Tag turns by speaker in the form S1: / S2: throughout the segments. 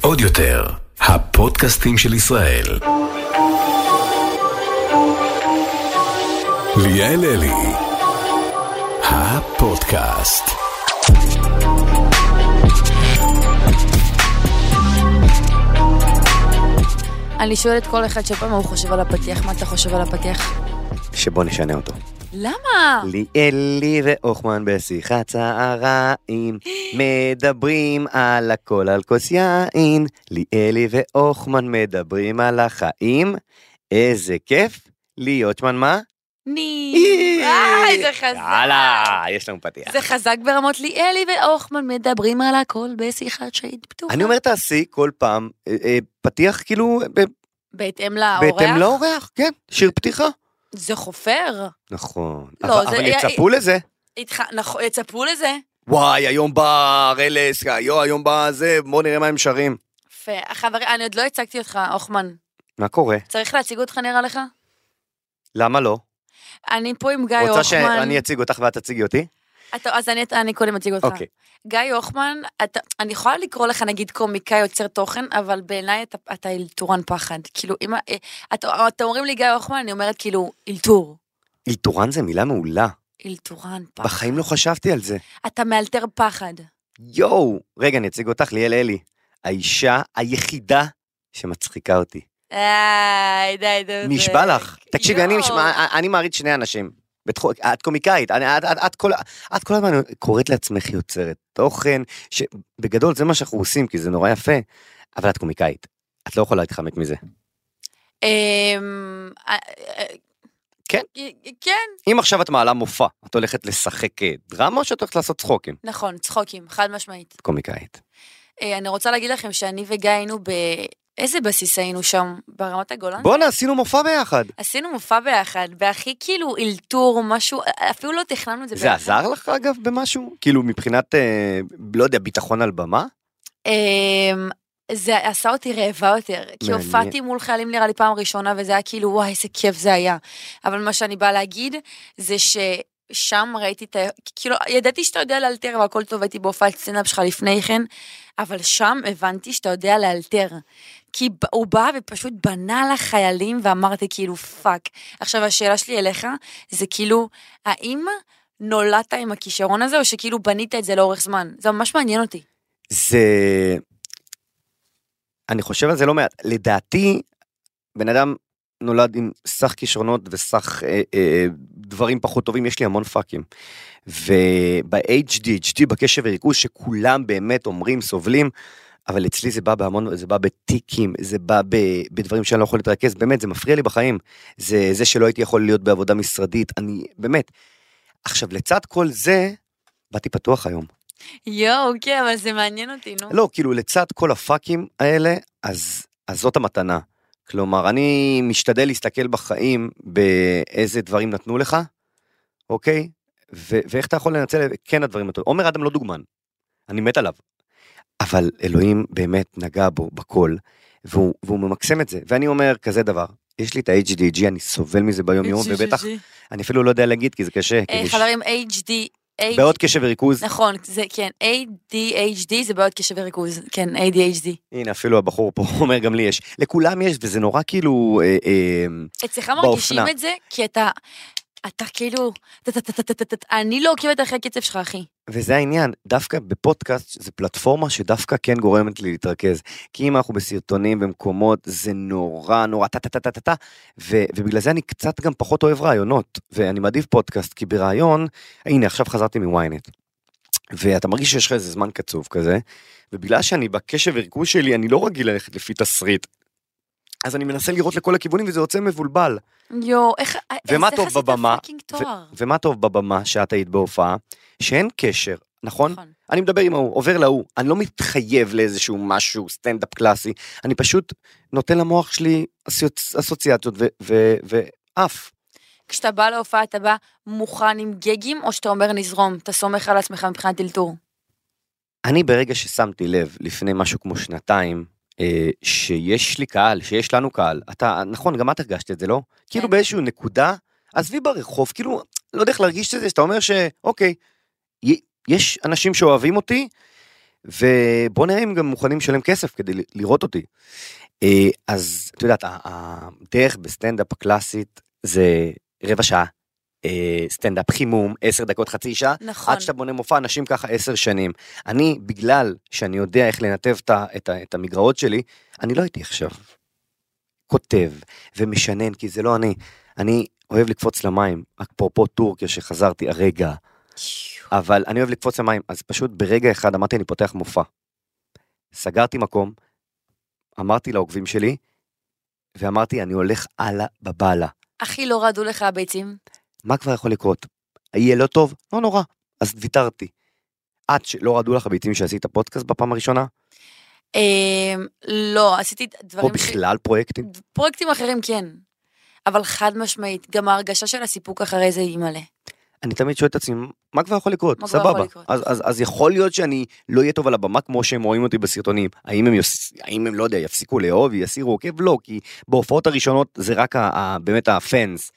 S1: עוד יותר, הפודקאסטים של ישראל. ליאל אלי, הפודקאסט.
S2: אני שואלת כל אחד שפעם מה הוא חושב על הפתיח, מה אתה חושב על הפתיח?
S3: שבוא נשנה אותו.
S2: אה. למה?
S3: ליאלי והוכמן בשיחת צהריים, מדברים על הכל על כוס יין. ליאלי והוכמן מדברים על החיים. איזה כיף להיות שמנמה.
S2: ני. וואי, זה חזק.
S3: יאללה, יש לנו פתיח.
S2: זה חזק ברמות ליאלי והוכמן מדברים על הכל בשיחת שהיד פתוחה.
S3: אני אומר תעשי כל פעם אה, אה, פתיח כאילו אה,
S2: בהתאם לאורח?
S3: בהתאם לאורח, כן, שיר פתיחה.
S2: זה חופר.
S3: נכון,
S2: לא,
S3: אבל
S2: זה-
S3: אבל יצפו לזה.
S2: איתך, נכון, יצפו לזה.
S3: וואי, היום בא רלס, יו, היום בא זה, בוא נראה מה הם שרים.
S2: יפה. חברים, אני עוד לא הצגתי אותך, הוכמן.
S3: מה קורה?
S2: צריך להציג אותך נראה לך?
S3: למה לא?
S2: אני פה עם גיא
S3: רוצה
S2: הוכמן.
S3: שאני אציג אותך ואת תציגי אותי?
S2: אתה- אז אני- אני קודם אציג אותך.
S3: אוקיי.
S2: גיא הוכמן, אתה- אני יכולה לקרוא לך נגיד קומיקאי יוצר תוכן, אבל בעיניי אתה- אתה אלתורן פחד. כאילו, אם... ה- אה, אתה- אתם אומרים לי גיא הוכמן, אני אומרת כאילו, אלתור.
S3: אלתורן זה מילה מעולה.
S2: אלתורן פחד.
S3: בחיים לא חשבתי על זה.
S2: אתה מאלתר פחד.
S3: יואו! רגע, אני אציג אותך, ליאל אלי. האישה היחידה שמצחיקה אותי.
S2: איי, די, די.
S3: נשבע לך. תקשיבי, אני
S2: יואו.
S3: נשמע- אני מעריץ שני אנשים. בתחום- את קומיקאית, אני- את- את- את כל- את כל הזמן קוראת לעצמך יוצרת תוכן, שבגדול זה מה שאנחנו עושים, כי זה נורא יפה, אבל את קומיקאית. את לא יכולה להתחמק מזה.
S2: אמ, אה, אה,
S3: כן.
S2: כן,
S3: אם עכשיו את מעלה מופע, את הולכת לשחק אה, דרמה או שאת הולכת לעשות צחוקים?
S2: נכון, צחוקים, חד משמעית.
S3: את קומיקאית.
S2: אה, אני רוצה להגיד לכם שאני וגיא היינו ב... איזה בסיס היינו שם? ברמת הגולן?
S3: בואנה, עשינו מופע ביחד.
S2: עשינו מופע ביחד, בהכי כאילו אלתור, משהו, אפילו לא תכננו את זה
S3: זה עזר לך אגב במשהו? כאילו מבחינת, אה, לא יודע, ביטחון על במה?
S2: אמ, זה עשה אותי רעבה יותר, כי
S3: מעניין.
S2: הופעתי מול חיילים נראה לי פעם ראשונה, וזה היה כאילו, וואי, איזה כיף זה היה. אבל מה שאני באה להגיד, זה ששם ראיתי את ה... כאילו, ידעתי שאתה יודע לאלתר והכל טוב, הייתי בהופעת סצנאפ שלך לפני כן, אבל שם הבנתי שאתה יודע לאלתר. כי ב- הוא בא ופשוט בנה לחיילים, ואמרתי כאילו, פאק. עכשיו, השאלה שלי אליך, זה כאילו, האם נולדת עם הכישרון הזה, או שכאילו בנית את זה לאורך זמן? זה ממש מעניין אותי.
S3: זה... אני חושב על זה לא מעט. לדעתי, בן אדם נולד עם סך כישרונות וסך אה, אה, דברים פחות טובים, יש לי המון פאקים. וב-HDHD, בקשב וריכוז, שכולם באמת אומרים, סובלים, אבל אצלי זה בא בהמון, זה בא בטיקים, זה בא ב, בדברים שאני לא יכול להתרכז, באמת, זה מפריע לי בחיים. זה זה שלא הייתי יכול להיות בעבודה משרדית, אני, באמת. עכשיו, לצד כל זה, באתי פתוח היום.
S2: יואו, כן, אבל זה מעניין אותי, נו.
S3: לא, כאילו לצד כל הפאקים האלה, אז, אז זאת המתנה. כלומר, אני משתדל להסתכל בחיים באיזה דברים נתנו לך, אוקיי? ו- ואיך אתה יכול לנצל את כן הדברים הטובים. עומר אדם לא דוגמן, אני מת עליו. אבל אלוהים באמת נגע בו בכל, והוא, והוא ממקסם את זה. ואני אומר כזה דבר, יש לי את ה-HDG, אני סובל מזה ביום יום, ובטח, אני אפילו לא יודע להגיד כי זה קשה.
S2: אה,
S3: כאילו,
S2: חברים, HD, אה,
S3: בעוד קשב וריכוז,
S2: נכון, זה כן, ADHD זה בעיות קשב וריכוז, כן, ADHD.
S3: הנה, אפילו הבחור פה אומר, גם לי יש. לכולם יש, וזה נורא כאילו... אה, אה,
S2: אצלך מרגישים
S3: באופנה.
S2: את זה, כי אתה, אתה כאילו, טה-טה-טה-טה-טה-טה, אני לא עוקבת אחרי הקצב שלך, אחי.
S3: וזה העניין, דווקא בפודקאסט, זו פלטפורמה שדווקא כן גורמת לי להתרכז. כי אם אנחנו בסרטונים במקומות, זה נורא נורא טה-טה-טה-טה-טה, ו- ובגלל זה אני קצת גם פחות אוהב רעיונות, ואני מעדיף פודקאסט, כי ברעיון, הנה, עכשיו חזרתי מוויינט. ואתה מרגיש שיש לך איזה זמן קצוב כזה, ובגלל שאני בקשב וריכוז שלי, אני לא רגיל ללכת לפי תסריט. אז אני מנסה לראות לכל הכיוונים וזה יוצא מבולבל.
S2: יואו, איך,
S3: ומה
S2: אז איך אה,
S3: טוב
S2: עשית
S3: בבמה?
S2: פאקינג תואר?
S3: ו- ומה טוב בבמה שאת היית בהופעה? שאין קשר, נכון?
S2: נכון.
S3: אני מדבר עם ההוא, עובר להוא, אני לא מתחייב לאיזשהו משהו, סטנדאפ קלאסי, אני פשוט נותן למוח שלי אסוציוצ- אסוציאציות ו- ו- ועף.
S2: כשאתה בא להופעה, אתה בא מוכן עם גגים, או שאתה אומר נזרום, אתה סומך על עצמך מבחינת אלתור?
S3: אני ברגע ששמתי לב, לפני משהו כמו שנתיים, אה, שיש לי קהל, שיש לנו קהל, אתה, נכון, גם את הרגשת את זה, לא? כאילו באיזשהו נקודה, עזבי ברחוב, כאילו, לא יודע איך להרגיש את זה, שאתה אומר שאוקיי, י- יש אנשים שאוהבים אותי, ובוא נראה אם גם מוכנים לשלם כסף כדי ל- לראות אותי. אה, אז את יודעת, ה- הדרך בסטנדאפ הקלאסית זה רבע שעה, אה, סטנדאפ חימום, עשר דקות, חצי שעה,
S2: נכון.
S3: עד שאתה בונה מופע, אנשים ככה עשר שנים. אני, בגלל שאני יודע איך לנתב את, ה- את, ה- את המגרעות שלי, אני לא הייתי עכשיו כותב ומשנן, כי זה לא אני. אני אוהב לקפוץ למים, אפרופו טורקיה שחזרתי הרגע, אבל אני אוהב לקפוץ למים, אז פשוט ברגע אחד אמרתי, אני פותח מופע. סגרתי מקום, אמרתי לעוקבים שלי, ואמרתי, אני הולך הלאה בבאללה.
S2: הכי לא רעדו לך הביצים.
S3: מה כבר יכול לקרות? יהיה לא טוב? לא נורא. אז ויתרתי. את שלא רעדו לך הביצים שעשית פודקאסט בפעם הראשונה?
S2: אה, לא, עשיתי
S3: או
S2: דברים... ש-
S3: בכלל פרויקטים?
S2: פרויקטים אחרים כן. אבל חד משמעית, גם ההרגשה של הסיפוק אחרי זה היא מלא.
S3: אני תמיד שואל את עצמי, מה כבר יכול לקרות?
S2: מה כבר יכול
S3: סבבה.
S2: לקרות?
S3: אז, אז, אז יכול להיות שאני לא אהיה טוב על הבמה כמו שהם רואים אותי בסרטונים. האם הם, יוס... האם הם לא יודע, יפסיקו לאהוב, יסירו עוקב? לא, כי בהופעות הראשונות זה רק ה... ה... באמת הפאנס.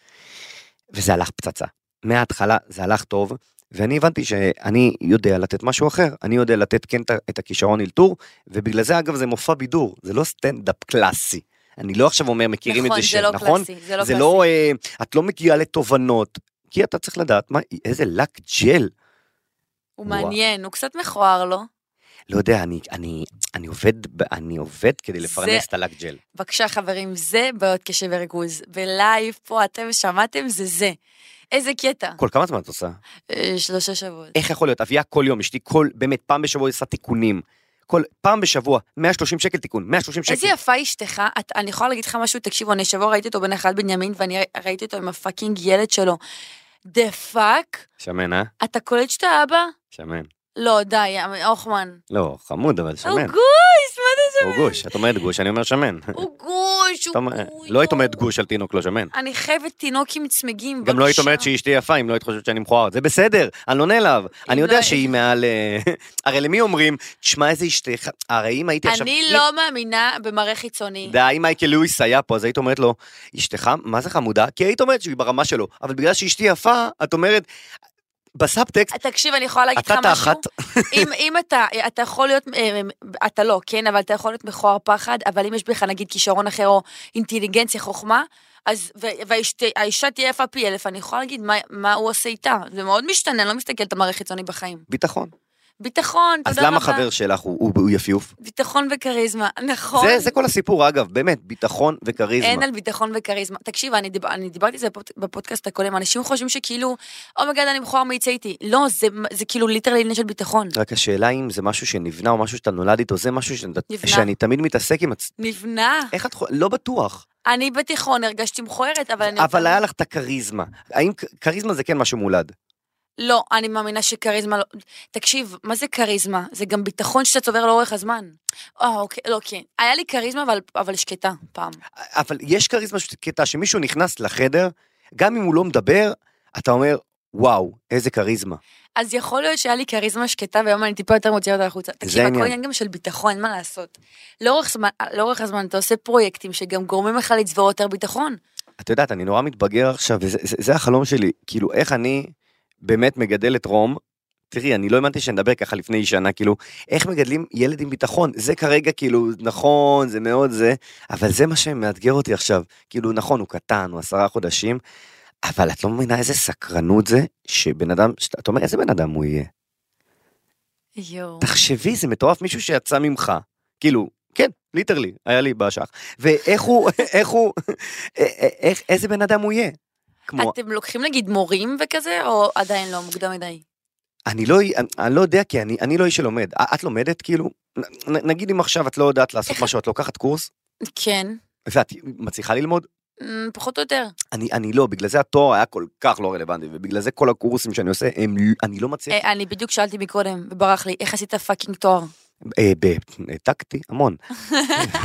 S3: וזה הלך פצצה. מההתחלה זה הלך טוב, ואני הבנתי שאני יודע לתת משהו אחר. אני יודע לתת כן את ה- את הכישרון אלתור, ובגלל זה אגב זה מופע בידור, זה לא סטנדאפ קלאסי. אני לא עכשיו אומר מכירים
S2: נכון,
S3: את זה, ש...
S2: זה לא
S3: נכון?
S2: קלאסי, זה לא
S3: זה
S2: קלאסי.
S3: לא, אה, את לא מגיעה לתובנות, כי אתה צריך לדעת מה, איזה לק ג'ל.
S2: הוא
S3: וואו.
S2: מעניין, הוא קצת מכוער לו.
S3: לא יודע, אני, אני, אני עובד, ב- אני עובד כדי לפרנס
S2: זה-
S3: את הלק ג'ל.
S2: בבקשה חברים, זה בעיות קשב וריכוז. בלייב פה אתם שמעתם, זה זה. איזה קטע.
S3: כל כמה זמן את עושה?
S2: אה, שלושה שבועות.
S3: איך יכול להיות? אביה כל יום, אשתי כל, באמת, פעם בשבוע היא עושה תיקונים. כל, פעם בשבוע, 130 שקל תיקון, 130 שקל.
S2: איזה יפה אשתך, את, אני יכולה להגיד לך משהו, תקשיבו, אני שבוע ראיתי אותו בנחלת בנימין, ואני ר- ראיתי אותו עם הפאקינג ילד שלו. דה פאק,
S3: שמן, אה?
S2: אתה קולט שאתה אבא?
S3: שמן.
S2: לא, די, הוכמן.
S3: לא, חמוד, אבל
S2: הוא
S3: שמן.
S2: גוש, מה זה
S3: הוא גוש. את אומרת גוש, אני אומר שמן.
S2: הוא גוש,
S3: אתה
S2: הוא
S3: אומר-
S2: גוש.
S3: לא היית אומרת גוש על תינוק לא שמן.
S2: אני חייבת תינוק עם צמיגים.
S3: גם לא היית
S2: בבקשה.
S3: אומרת שאשתי יפה אם לא היית חושבת שאני מכוער, זה בסדר, אני לא נעלב. אני יודע
S2: לא-
S3: שהיא מעל... אה, הרי למי אומרים, תשמע איזה אשתך, הרי אם הייתי עכשיו...
S2: אני
S3: אם-
S2: לא מאמינה במראה חיצוני.
S3: די, אם מייקל לואיס היה פה, אז היית אומרת לו, אשתך, מה זה חמודה? כי היית אומרת שהיא ברמה שלו, אבל בגלל שאשתי יפה, את אומרת, בסאבטקסט,
S2: תקשיב, אני יכולה להגיד לך
S3: אתה
S2: משהו?
S3: תחת,
S2: אם, אם אתה, אתה יכול להיות, אה, אה, אתה לא, כן, אבל אתה יכול להיות מכוער פחד, אבל אם יש בך נגיד כישרון אחר או אינטליגנציה, חוכמה, אז, והאישה תהיה יפה פי אלף, אני יכולה להגיד מה, מה הוא עושה איתה. זה מאוד משתנה, אני לא מסתכלת על מערכת חיצוני בחיים.
S3: ביטחון.
S2: ביטחון, תודה
S3: אז
S2: רבה.
S3: למה חבר שלך הוא- הוא הוא יפיוף?
S2: ביטחון וכריזמה, נכון.
S3: זה- זה כל הסיפור, אגב, באמת, ביטחון
S2: אין
S3: וכריזמה.
S2: על ביטחון וכריזמה. תקשיב, אני, דיב... אני דיברתי על זה בפוד- בפודקאסט הקודם, אנשים חושבים שכאילו, אומייגד, אני מכוער מי יצא איתי. לא, זה, זה כאילו ליטרלי עניין של ביטחון.
S3: רק השאלה אם זה משהו שנבנה או משהו שאתה נולד איתו, זה משהו שאני-
S2: נבנה.
S3: שאני תמיד מתעסק עם... עצ-
S2: נבנה.
S3: איך את חו- לא בטוח.
S2: אני בתיכון הרגשתי מכוערת, אבל אני...
S3: אבל היה לך את הכריזמה. האם כ- כריזמה זה כן משהו מולד?
S2: לא, אני מאמינה שכריזמה לא... תקשיב, מה זה כריזמה? זה גם ביטחון שאתה צובר לאורך הזמן. אה, אוקיי, לא, כן. היה לי כריזמה, אבל, אבל שקטה, פעם.
S3: אבל יש כריזמה ש- קטע שמישהו נכנס לחדר, גם אם הוא לא מדבר, אתה אומר, וואו, איזה כריזמה.
S2: אז יכול להיות שהיה לי כריזמה שקטה, והיום אני טיפה יותר מוציאה אותה החוצה. תקשיב, הכל
S3: העניין.
S2: עניין גם של ביטחון, אין מה לעשות. לאורך זמן, לאורך הזמן אתה עושה פרויקטים שגם גורמים לך לצבור יותר ביטחון.
S3: את יודעת, אני נורא מתבגר עכשיו, וזה זה, זה החלום שלי. כאילו, איך אני באמת מגדל את רום? תראי, אני לא האמנתי שנדבר ככה לפני שנה, כאילו, איך מגדלים ילד עם ביטחון? זה כרגע, כאילו, נכון, זה מאוד זה, אבל זה מה שמאתגר אותי עכשיו. כאילו, נכון, הוא קטן, הוא עשרה חודשים, אבל את לא מבינה איזה סקרנות זה, שבן אדם, שאת אומרת, איזה בן אדם הוא יהיה?
S2: יואו.
S3: תחשבי, זה מטורף, מישהו שיצא ממך, כאילו, כן, ליטרלי, היה לי באשך. ואיך הוא, איך הוא, א- א- איך, איזה בן אדם הוא יהיה? כמו,
S2: אתם לוקחים נגיד מורים וכזה, או עדיין לא, מוקדם מדי?
S3: אני לא, אני, אני לא יודע, כי אני, אני לא איש שלומד. א- את לומדת, כאילו, נ, נ- נגיד אם עכשיו את לא יודעת לעשות
S2: איך-
S3: משהו, את לוקחת קורס,
S2: כן.
S3: ואת מצליחה ללמוד?
S2: אמ, פחות או יותר.
S3: אני, אני לא, בגלל זה התואר היה כל כך לא רלוונטי, ובגלל זה כל הקורסים שאני עושה, הם, ל- אני לא מצליח.
S2: אה, אני בדיוק שאלתי מקודם, וברח לי, איך עשית פאקינג תואר?
S3: אה, ב- העתקתי המון.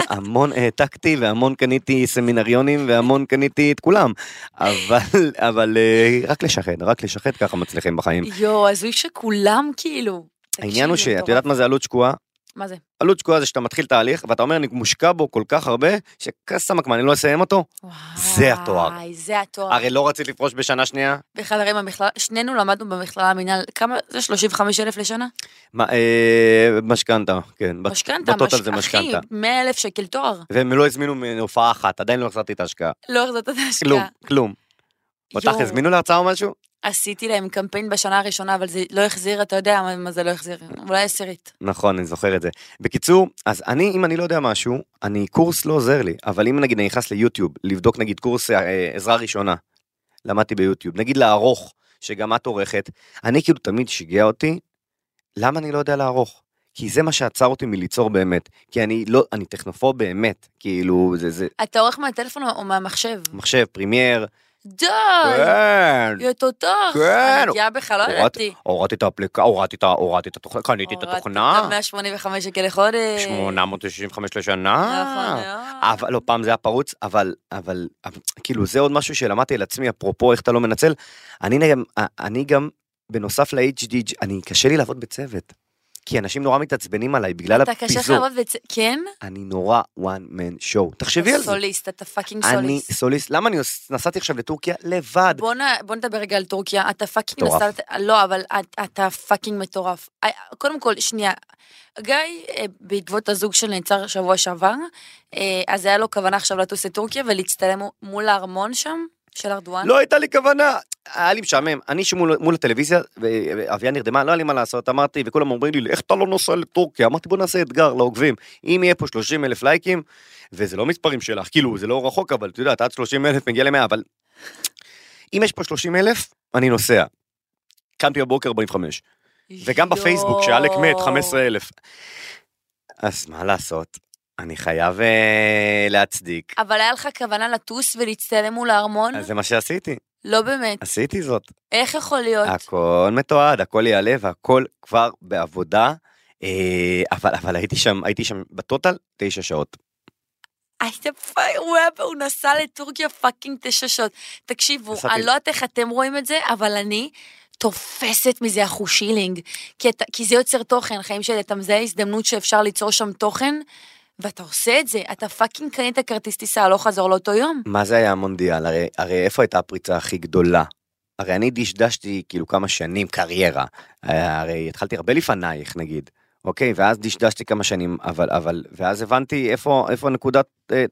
S3: המון העתקתי והמון קניתי סמינריונים והמון קניתי את כולם. אבל, אבל אה, רק לשחד, רק לשחד ככה מצליחים בחיים.
S2: יואו, הזוי שכולם כאילו.
S3: כן. העניין הוא
S2: תקשיב,
S3: שאת
S2: מטורף.
S3: יודעת מה זה עלות שקועה?
S2: מה זה?
S3: עלות שקועה זה שאתה מתחיל תהליך, ואתה אומר, אני מושקע בו כל כך הרבה, שכסמק, מה, אני לא אסיים אותו? זה התואר.
S2: וואי, זה התואר.
S3: הרי לא רצית לפרוש בשנה שנייה?
S2: וחברים, המכללה, שנינו למדנו במכללה המינהל, כמה, זה 35 אלף לשנה?
S3: מה, אה, משכנתה, כן. בת-
S2: משכנתה,
S3: בטוטל זה
S2: מש- אחי,
S3: משכנתה.
S2: 100 אלף שקל תואר.
S3: והם לא הזמינו מהופעה אחת, עדיין לא החזרתי את ההשקעה.
S2: לא החזרת את
S3: כלום,
S2: ההשקעה.
S3: כלום. אותך
S2: יואו.
S3: הזמינו להרצאה או משהו?
S2: עשיתי להם קמפיין בשנה הראשונה, אבל זה לא החזיר, אתה יודע מה- מה זה לא החזיר, אולי עשירית.
S3: נכון, אני זוכר את זה. בקיצור, אז אני, אם אני לא יודע משהו, אני, קורס לא עוזר לי, אבל אם נגיד אני נכנס ליוטיוב, לבדוק נגיד קורס אה, עזרה ראשונה, למדתי ביוטיוב, נגיד לערוך, שגם את עורכת, אני כאילו תמיד שיגע אותי, למה אני לא יודע לערוך? כי זה מה שעצר אותי מליצור באמת, כי אני לא, אני טכנופוב באמת, כאילו, זה, זה,
S2: אתה עורך מהטלפון או מהמחשב?
S3: מחשב, פרימייר,
S2: די!
S3: כן,
S2: יא תותח!
S3: כן.
S2: אני גאה בך, לא
S3: הורדתי-
S2: ידעתי.
S3: הורדתי את האפליקה, הורדתי את ה- הורדתי את התוכנה, קניתי את התוכנה,
S2: 185 שקל לחודש.
S3: 865 לשנה.
S2: נכון מאוד.
S3: אבל לא, פעם זה היה פרוץ, אבל, אבל, אבל כאילו זה עוד משהו שלמדתי על עצמי, אפרופו איך אתה לא מנצל. אני גם, אה, אני גם, בנוסף ל-HD, אני, קשה לי לעבוד בצוות. כי אנשים נורא מתעצבנים עליי בגלל
S2: אתה קשה לך
S3: הפיזור.
S2: לעבוד בצ... כן?
S3: אני נורא one man show. תחשבי על
S2: אתה
S3: זה.
S2: סוליסט, אתה פאקינג
S3: אני
S2: סוליסט.
S3: סוליסט. למה אני עוש- נסעתי עכשיו לטורקיה לבד?
S2: בוא, נ... בוא נדבר רגע על טורקיה, אתה פאקינג
S3: מטורף.
S2: נסעת, לא, אבל את- אתה פאקינג מטורף. אה, קודם כל, שנייה, גיא, אה, בעקבות הזוג שנעצר שבוע שעבר, אה, אז היה לו כוונה עכשיו לטוס לטורקיה ולהצטלם מול הארמון שם, של ארדואן.
S3: לא הייתה לי כוונה. היה לי משעמם, אני שמול מול הטלוויזיה, ואביה נרדמה, לא היה לי מה לעשות, אמרתי, וכולם אומרים לי, איך אתה לא נוסע לטורקיה? אמרתי, בוא נעשה אתגר לעוקבים. אם יהיה פה 30 אלף לייקים, וזה לא מספרים שלך, כאילו, זה לא רחוק, אבל את יודעת, עד 30 אלף מגיע ל-100, אבל... אם יש פה 30 אלף, אני נוסע. קמתי בבוקר 45, וגם בפייסבוק, שאלק מת, 15 אלף. אז מה לעשות? אני חייב אה, להצדיק.
S2: אבל היה לך כוונה לטוס ולהצטלם מול הארמון?
S3: אז זה מה שעשיתי,
S2: לא באמת.
S3: עשיתי זאת.
S2: איך יכול להיות?
S3: הכל מתועד, הכל יעלה והכל כבר בעבודה. אה, אבל, אבל הייתי שם, הייתי שם בטוטל תשע שעות.
S2: הייתה פאק, הוא היה, הוא נסע לטורקיה פאקינג תשע שעות. תקשיבו,
S3: נסעתי-
S2: אני לא יודעת איך אתם רואים את זה, אבל אני תופסת מזה החושילינג. כי, אתה- כי זה יוצר תוכן, חיים שלי, אתה מזהה הזדמנות שאפשר ליצור שם תוכן, ואתה עושה את זה, אתה פאקינג קנית כרטיס טיסה הלוך חזור לאותו יום.
S3: מה זה היה המונדיאל? הרי, הרי איפה הייתה הפריצה הכי גדולה? הרי אני דשדשתי כאילו כמה שנים קריירה. אה, הרי התחלתי הרבה לפנייך נגיד, אוקיי? ואז דשדשתי כמה שנים, אבל, אבל, ואז הבנתי איפה, איפה נקודת אה,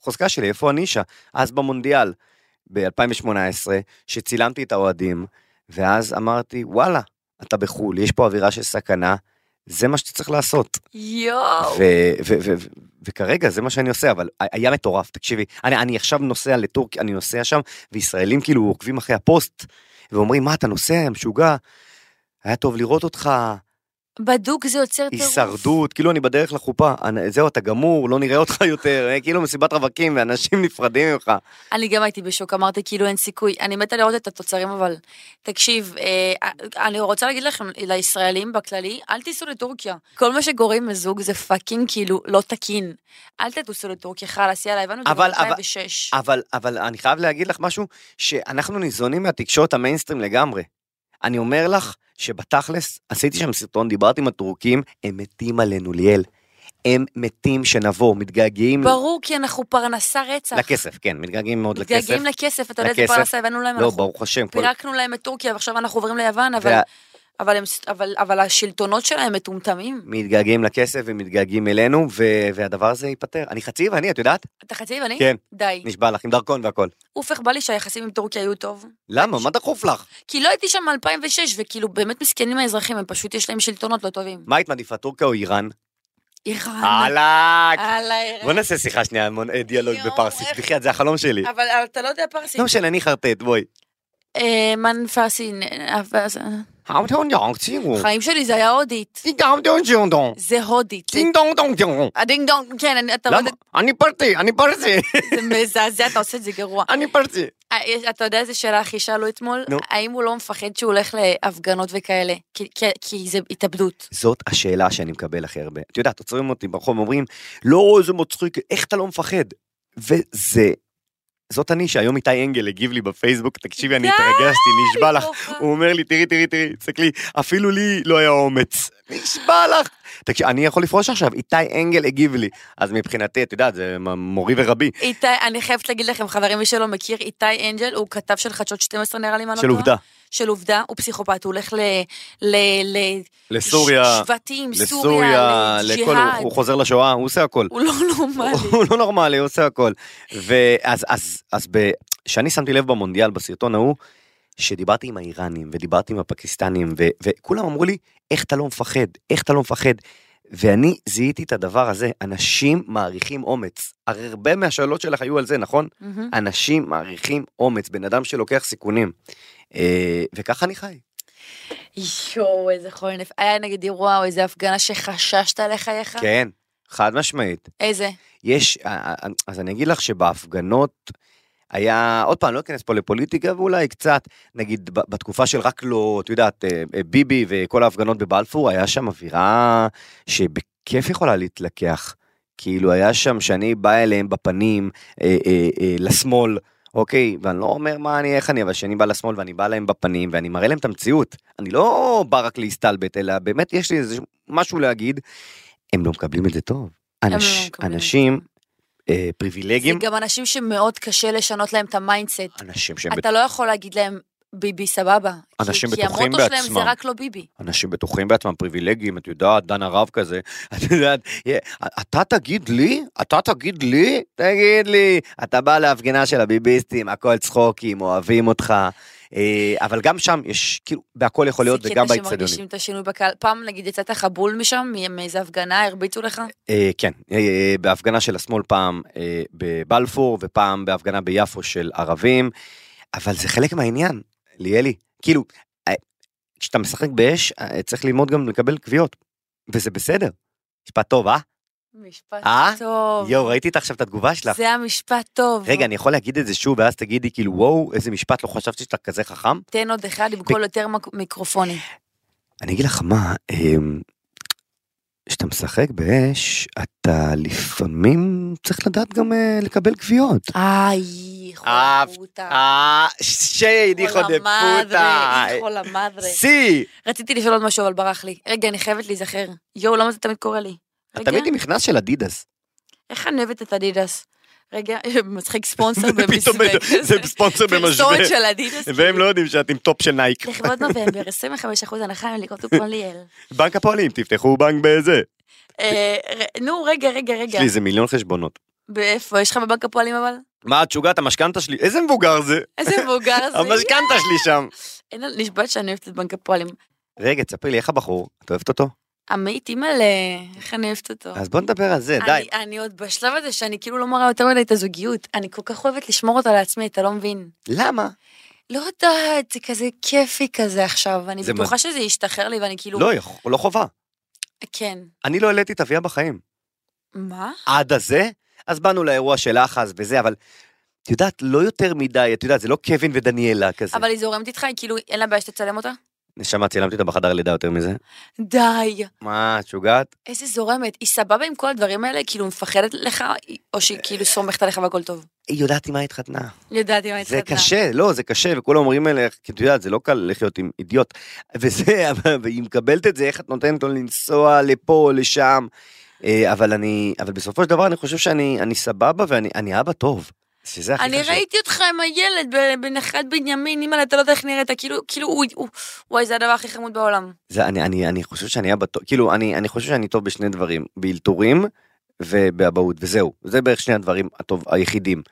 S3: חוזקה שלי, איפה הנישה. אז במונדיאל, ב-2018, שצילמתי את האוהדים, ואז אמרתי, וואלה, אתה בחו"ל, יש פה אווירה של סכנה, זה מה שאתה צריך לעשות.
S2: יואו.
S3: ו- ו- ו- ו- וכרגע זה מה שאני עושה, אבל היה מטורף, תקשיבי. אני, אני עכשיו נוסע לטורקיה, אני נוסע שם, וישראלים כאילו עוקבים אחרי הפוסט, ואומרים, מה, אתה נוסע, יא משוגע? היה טוב לראות אותך,
S2: בדוק זה יוצר טירוף.
S3: הישרדות, כאילו אני בדרך לחופה, אני- זהו, אתה גמור, לא נראה אותך יותר, אה, כאילו מסיבת רווקים ואנשים נפרדים ממך.
S2: אני גם הייתי בשוק, אמרתי כאילו אין סיכוי. אני מתה לראות את התוצרים, אבל תקשיב, אה, אני רוצה להגיד לכם, לישראלים בכללי, אל תיסעו לטורקיה. כל מה שגורם לזוג זה פאקינג כאילו לא תקין. אל תטוסו לטורקיה, חלאס, יאללה, הבנו את זה
S3: אבל-
S2: ב-2006.
S3: אבל, אבל אני חייב להגיד לך משהו, שאנחנו ניזונים מהתקשורת המיינסטרים לגמרי. אני אומר לך שבתכלס, עשיתי שם סרטון, דיברתי עם הטורקים, הם מתים עלינו, ליאל. הם מתים שנבוא, מתגעגעים
S2: ברור, כי אנחנו פרנסה רצח.
S3: לכסף, כן, מתגעגעים מאוד לכסף.
S2: מתגעגעים לכסף, אתה יודע איזה
S3: לכסף.
S2: פרנסה הבאנו להם,
S3: לא,
S2: אנחנו
S3: ברוך השם. כל-
S2: פירקנו להם את טורקיה ועכשיו אנחנו עוברים ליוון, אבל-
S3: וה-
S2: אבל הם- אבל- אבל השלטונות שלהם מטומטמים.
S3: מתגעגעים לכסף ומתגעגעים אלינו, ו- והדבר הזה ייפתר. אני חצי ואני, את יודעת?
S2: אתה חצי יווני?
S3: כן.
S2: די.
S3: נשבע לך, עם דרכון והכל.
S2: אוף, איך בא לי שהיחסים עם טורקיה היו טוב.
S3: למה? מה דחוף לך?
S2: כי לא הייתי שם מ-2006, וכאילו באמת מסכנים האזרחים, הם פשוט יש להם שלטונות לא טובים.
S3: מה היית מעדיפה, טורקיה או איראן?
S2: איראן.
S3: אהלן!
S2: הלאה,
S3: בוא
S2: איראן.
S3: נעשה שיחה שנייה, מון- אה, דיאלוג
S2: יואו,
S3: בפרסית.
S2: איך-
S3: בחייאת, זה החלום שלי.
S2: אבל אבל אתה לא יודע פרסית.
S3: לא משנה, אני חרטט, בואי.
S2: אה, מן פרסין, אה, פרס- חיים שלי זה היה הודית. זה הודית. הדינג דונג, כן, אני- אתה לא יודע,
S3: אני פרסי, אני פרסי,
S2: זה מזעזע, אתה עושה את זה גרוע.
S3: אני פרסי.
S2: אה, יש- אתה יודע איזה שאלה הכי שאלו אתמול?
S3: נו.
S2: האם הוא לא מפחד שהוא הולך להפגנות וכאלה? כי- כי- כי זה התאבדות.
S3: זאת השאלה שאני מקבל הכי הרבה. את יודעת, עוצרים אותי ברחוב, אומרים, לא, איזה מצחיק, איך אתה לא מפחד? וזה זאת אני, שהיום איתי אנגל הגיב לי בפייסבוק, תקשיבי, אני
S2: די,
S3: התרגשתי, נשבע לך.
S2: בוכה.
S3: הוא אומר לי, תראי, תראי, תראי, תסתכלי, אפילו לי לא היה אומץ. נשבע לך. תקשיב, אני יכול לפרוש עכשיו, איתי אנגל הגיב לי. אז מבחינתי, את יודעת, זה מ- מורי ורבי,
S2: איתי, אני חייבת להגיד לכם, חברים, מי שלא מכיר, איתי אנג'ל, הוא כתב של חדשות 12 נראה לי, מה לא
S3: של
S2: טועה.
S3: עובדה.
S2: של עובדה, הוא פסיכופת, הוא הולך ל... ל... ל...
S3: לסוריה,
S2: ש- שבטים, סוריה,
S3: לסוריה, לכל, הוא-
S2: לג'יהאד.
S3: הוא חוזר לשואה, הוא עושה הכל.
S2: הוא לא נורמלי.
S3: הוא לא נורמלי, הוא עושה הכל. ואז, אז, אז ב... שאני שמתי לב במונדיאל, בסרטון ההוא, שדיברתי עם האיראנים, ודיברתי עם הפקיסטנים, ו, וכולם אמרו לי, איך אתה לא מפחד? איך אתה לא מפחד? ואני זיהיתי את הדבר הזה, אנשים מעריכים אומץ. הרבה מהשאלות שלך היו על זה, נכון?
S2: מהמם.
S3: אנשים מעריכים אומץ, בן אדם שלוקח סיכונים. אה, וככה אני חי.
S2: יואו, איזה חול נפ... היה נגיד אירוע או איזה הפגנה שחששת לחייך?
S3: כן, חד משמעית.
S2: איזה?
S3: יש, אה, אז אני אגיד לך שבהפגנות היה, עוד פעם, לא אכנס פה לפוליטיקה, ואולי קצת, נגיד, ב- בתקופה של רק לא, את יודעת, אה, אה, ביבי וכל ההפגנות בבלפור, היה שם אווירה שבכיף יכולה להתלקח. כאילו, היה שם שאני בא אליהם בפנים, אה, אה, אה, לשמאל. אוקיי, ואני לא אומר מה אני, איך אני, אבל שאני בא לשמאל ואני בא להם בפנים ואני מראה להם את המציאות. אני לא בא רק להסתלבט, אלא באמת יש לי איזה משהו להגיד. הם לא מקבלים את זה טוב.
S2: לא
S3: אנש,
S2: מקבלים את
S3: אנשים אה,
S2: זה
S3: פריבילגיים,
S2: גם אנשים שמאוד קשה לשנות להם את המיינדסט.
S3: אנשים שהם
S2: אתה לא יכול להגיד להם, ביבי סבבה. כי-
S3: אנשים
S2: כי
S3: בטוחים
S2: המוטו שלהם זה
S3: בעצמם.
S2: רק לא ביבי.
S3: אנשים בטוחים בעצמם, פריבילגיים, את יודעת, דן הרב כזה, את יודעת, אה, אתה תגיד לי? אתה תגיד לי? תגיד לי. אתה בא להפגנה של הביביסטים, הכל צחוקים, אוהבים אותך, אה, אבל גם שם יש, כאילו, בהכל יכול להיות, וגם
S2: זה קטע
S3: באצטדיונים.
S2: שמרגישים את השינוי בקהל. פעם נגיד יצאת חבול משם, מ- מאיזה הפגנה, הרביצו לך?
S3: אה, כן, אה, אה, בהפגנה של השמאל פעם אה, בבלפור, ופעם בהפגנה ביפו של ערבים, אבל זה חלק מהעניין, ליאלי. כאילו, אה, כשאתה משחק באש, אה, צריך ללמוד גם לקבל קביעות, וזה בסדר. משפט טוב, אה?
S2: משפט
S3: אה?
S2: טוב.
S3: יואו, ראיתי את עכשיו את התגובה שלך.
S2: זה המשפט טוב.
S3: רגע, אני יכול להגיד את זה שוב, ואז תגידי כאילו, וואו, איזה משפט, לא חשבתי שאתה כזה חכם?
S2: תן עוד אחד עם קול יותר מק- מיקרופוני.
S3: אני אגיד לך מה, אמ, כשאתה משחק באש, אתה לפעמים צריך לדעת גם אה, לקבל קביעות.
S2: איי, חולה
S3: אהבת,
S2: פוטה.
S3: אה, שייד, היכו דה פוטה.
S2: חולה מדרה.
S3: סי.
S2: רציתי לשאול עוד משהו, אבל ברח לי. רגע, אני חייבת להיזכר. יואו, למה זה תמיד קורה לי?
S3: את
S2: רגע,
S3: תמיד עם מכנס של אדידס.
S2: איך אני אוהבת את אדידס? רגע, מצחיק ספונסר במסווה.
S3: ספונסר לא
S2: פרסומת של אדידס.
S3: יודעים שאת עם טופ של נייק.
S2: לכבוד נובמבר, 25% הנחה עם לקרות אופן ליאל.
S3: בנק הפועלים, תפתחו בנק בזה.
S2: אה, ר- נו, רגע, רגע,
S3: יש
S2: רגע.
S3: לי איזה מיליון חשבונות.
S2: באיפה? יש לך בבנק הפועלים אבל?
S3: מה, את שוגעת? המשכנתה שלי? איזה מבוגר זה?
S2: איזה מבוגר זה.
S3: המשכנתה שלי שם.
S2: אין על- נשבעת שאני אוהבת את בנק הפועלים.
S3: רגע, תספרי לי, איך הבחור? את אוהבת אותו?
S2: עמית, אימא'לה, איך אני אוהבת אותו.
S3: אז בוא נדבר על זה, די.
S2: אני- אני עוד בשלב הזה שאני כאילו לא מראה יותר מדי את הזוגיות. אני כל כך אוהבת לשמור אותה לעצמי, אתה לא מבין.
S3: למה?
S2: לא יודעת, זה כזה כיפי כזה עכשיו, ואני
S3: זה
S2: בטוחה שזה ישתחרר לי, ואני כאילו...
S3: לא, יכול- לא חובה.
S2: כן.
S3: אני לא העליתי תביעה בחיים.
S2: מה?
S3: עד הזה, אז באנו לאירוע של אחז וזה, אבל את יודעת, לא יותר מדי, את יודעת, זה לא קווין ודניאלה כזה.
S2: אבל היא זורמת איתך, היא כאילו, אין לה בעיה שתצלם אותה?
S3: נשמה, צילמתי אותה בחדר לידה יותר מזה.
S2: די,
S3: מה, את שוגעת?
S2: איזה זורמת. היא סבבה עם כל הדברים האלה? כאילו, מפחדת לך, או שהיא כאילו סומכת עליך והכל טוב?
S3: היא יודעת עם מה התחתנה.
S2: יודעתי מה היא
S3: זה קשה, לא, זה קשה, וכולם אומרים אלייך, כי את יודעת, זה לא קל לחיות עם אידיוט. וזה, אבל- והיא מקבלת את זה, איך את נותנת לו לנסוע לפה, לשם. אה, אבל אני, אבל בסופו של דבר אני חושב שאני אני סבבה ואני אני אבא טוב. שזה הכי חשוב.
S2: אני ראיתי אותך עם הילד ב- בנחלת בנימין, אימא, אתה לא יודע איך נראית, כאילו, כאילו, אוי, אוי, וואי, זה הדבר הכי חמוד בעולם.
S3: זה, אני, אני, אני חושב שאני אבא טוב, כאילו, אני, אני חושב שאני טוב בשני דברים, באלתורים ובאבהות, וזהו. זה בערך שני הדברים הטוב, היחידים.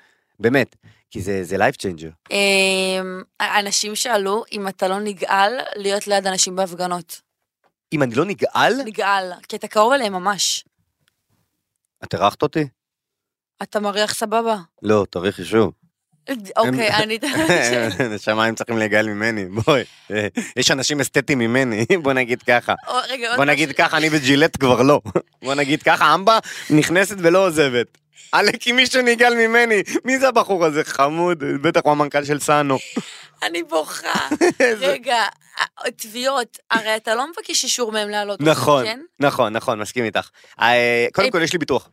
S3: באמת. כי זה, זה life changer.
S2: אמ, אנשים שאלו אם אתה לא נגעל להיות ליד אנשים בהפגנות.
S3: אם אני לא נגעל,
S2: נגעל, כי אתה קרוב אליהם ממש.
S3: את אירחת אותי?
S2: אתה מריח סבבה.
S3: לא, תאריך אישור.
S2: אוקיי, אני...
S3: נשמה, הם צריכים לגעל ממני, בואי. אה, יש אנשים אסתטיים ממני, בוא נגיד ככה.
S2: או, רגע,
S3: בוא
S2: עוד
S3: נגיד
S2: משהו.
S3: ככה, אני וג'ילט כבר לא. בוא נגיד ככה, אמבה נכנסת ולא עוזבת. עלה כי מישהו נגעל ממני. מי זה הבחור הזה? חמוד, בטח הוא המנכ"ל של סאנו.
S2: אני בוכה. רגע, ה- תביעות, הרי אתה לא מבקש אישור מהם לעלות.
S3: נכון,
S2: כן?
S3: נכון, נכון, מסכים איתך. אה, קודם
S2: אי-
S3: כל, יש לי ביטוח.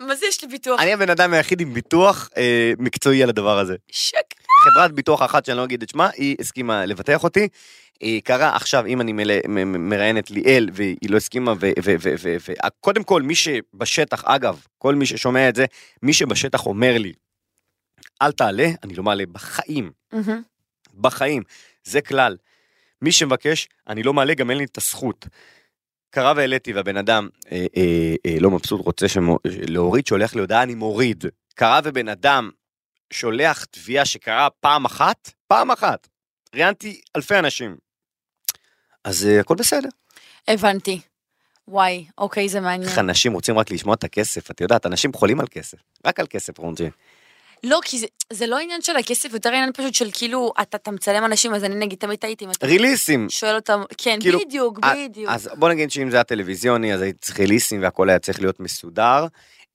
S2: מה זה יש לי ביטוח?
S3: אני הבן אדם היחיד עם ביטוח אה, מקצועי על הדבר הזה.
S2: שק.
S3: חברת ביטוח אחת שאני לא אגיד את שמה, היא הסכימה לבטח אותי. היא קרה עכשיו, אם אני מל... מ- מ- מראיינת ליאל, והיא לא הסכימה, ו... ו... ו... ו... ו... קודם כל, מי שבשטח, אגב, כל מי ששומע את זה, מי שבשטח אומר לי, אל תעלה, אני לא מעלה בחיים,
S2: מהמם.
S3: בחיים, זה כלל. מי שמבקש, אני לא מעלה, גם אין לי את הזכות. קרה והעליתי, והבן אדם אה, אה, אה, לא מבסוט, רוצה שמו, להוריד, שולח לי הודעה, אני מוריד. קרה ובן אדם שולח תביעה שקרה פעם אחת, פעם אחת. ראיינתי אלפי אנשים. אז אה, הכל בסדר.
S2: הבנתי. וואי, אוקיי, זה מעניין.
S3: איך אנשים רוצים רק לשמוע את הכסף, את יודעת, אנשים חולים על כסף, רק על כסף, רונג'י.
S2: לא, כי זה- זה לא עניין של הכסף, יותר עניין פשוט של כאילו, אתה אתה מצלם אנשים, אז אני נגיד תמיד הייתי, אם אתה
S3: ריליסים,
S2: שואל אותם, כן,
S3: כאילו,
S2: בדיוק,
S3: אה,
S2: בדיוק.
S3: אז בוא נגיד שאם זה היה טלוויזיוני, אז הייתי צריך ליסים והכל היה צריך להיות מסודר,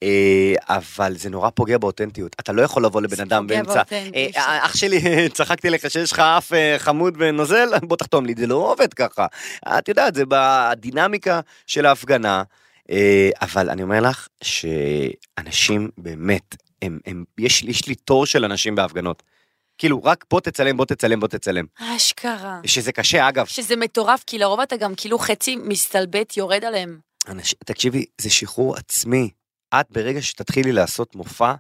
S3: אה, אבל זה נורא פוגע באותנטיות. אתה לא יכול לבוא לבן
S2: זה
S3: אדם
S2: פוגע
S3: באמצע. אה,
S2: באותנטיות.
S3: אח שלי, צחקתי לך שיש לך אף אה, חמוד ונוזל, בוא תחתום לי, זה לא עובד ככה. את יודעת, זה בדינמיקה של ההפגנה, אה, אבל אני אומר לך שאנשים באמת, הם, הם, יש, יש לי תור של אנשים בהפגנות. כאילו, רק בוא תצלם, בוא תצלם, בוא תצלם.
S2: אשכרה.
S3: שזה קשה, אגב,
S2: שזה מטורף, כי לרוב אתה גם כאילו חצי מסתלבט, יורד עליהם.
S3: אנש... תקשיבי, זה שחרור עצמי. את ברגע שתתחילי לעשות מופע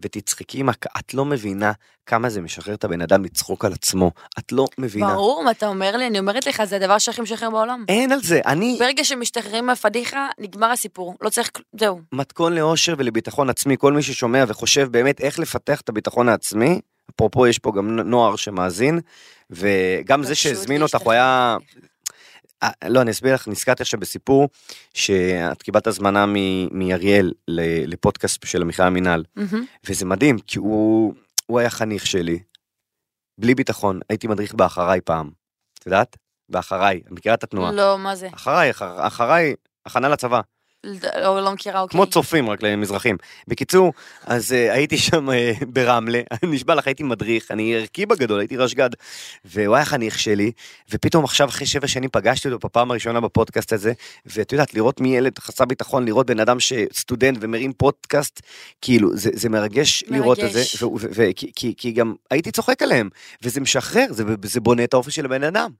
S3: ותצחקי עם הקהל, את לא מבינה כמה זה משחרר את הבן אדם לצחוק על עצמו. את לא מבינה.
S2: ברור, מה אתה אומר לי? אני אומרת לך, זה הדבר שהכי משחרר בעולם.
S3: אין על זה, אני
S2: ברגע שמשתחררים מהפדיחה, נגמר הסיפור. לא צריך, כל- זהו.
S3: מתכון לאושר ולביטחון עצמי. כל מי ששומע וחושב באמת איך לפתח את הביטחון העצמי, אפרופו יש פה גם נוער שמאזין, וגם זה
S2: פשוט
S3: שהזמין אותך, הוא היה... אה, לא, אני אסביר לך, נזכרתי עכשיו בסיפור, שאת קיבלת הזמנה מ- מאריאל ל- לפודקאסט של עמיחי המינהל.
S2: מהמם.
S3: וזה מדהים, כי הוא, הוא היה חניך שלי, בלי ביטחון, הייתי מדריך באחריי פעם. את יודעת? באחריי, את מכירה את התנועה?
S2: לא, מה זה?
S3: אחריי, אחר, אחריי, הכנה לצבא.
S2: לא לא מכירה, אוקיי.
S3: כמו צופים, רק למזרחים. בקיצור, אז uh, הייתי שם uh, ברמלה, אני נשבע לך, הייתי מדריך, אני ערכי בגדול, הייתי רשג"ד. והוא היה חניך שלי, ופתאום עכשיו, אחרי שבע שנים, פגשתי אותו בפעם הראשונה בפודקאסט הזה, ואת יודעת, לראות מי ילד חסר ביטחון, לראות בן אדם שסטודנט ומרים פודקאסט, כאילו, זה, זה מרגש,
S2: מרגש.
S3: לראות את זה, ו- ו- ו- כי, כי, כי גם הייתי צוחק עליהם, וזה משחרר, זה, זה בונה את האופי של הבן אדם.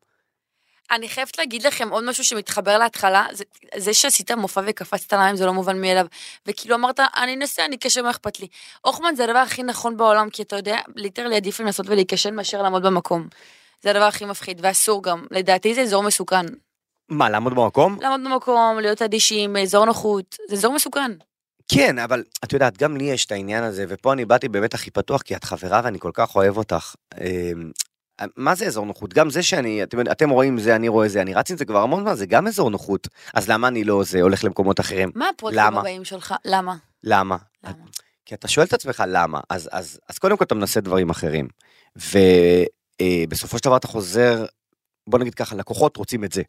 S2: אני חייבת להגיד לכם עוד משהו שמתחבר להתחלה, זה, זה שעשית מופע וקפצת למים זה לא מובן מאליו, וכאילו אמרת, אני אנסה, אני אקשר, מה אכפת לי? הוכמן זה הדבר הכי נכון בעולם, כי אתה יודע, ליטרלי עדיף לנסות ולהיקשן מאשר לעמוד במקום. זה הדבר הכי מפחיד, ואסור גם, לדעתי זה אזור מסוכן.
S3: מה, לעמוד במקום?
S2: לעמוד במקום, להיות אדישים, אזור נוחות, זה אזור מסוכן.
S3: כן, אבל את יודעת, גם לי יש את העניין הזה, ופה אני באתי באמת הכי פתוח, כי את חברה ואני כל כך אוהב אותך. אמ, מה זה אזור נוחות? גם זה שאני, אתם, אתם רואים זה, אני רואה זה, אני רץ עם זה כבר המון זמן, זה גם אזור נוחות. אז למה אני לא זה, הולך למקומות אחרים?
S2: מה הפרוטוקולים
S3: למה?
S2: הבאים שלך? למה?
S3: למה?
S2: למה?
S3: כי אתה שואל את עצמך למה, אז, אז, אז קודם כל אתה מנסה דברים אחרים. ובסופו של דבר אתה חוזר, בוא נגיד ככה, לקוחות רוצים את זה.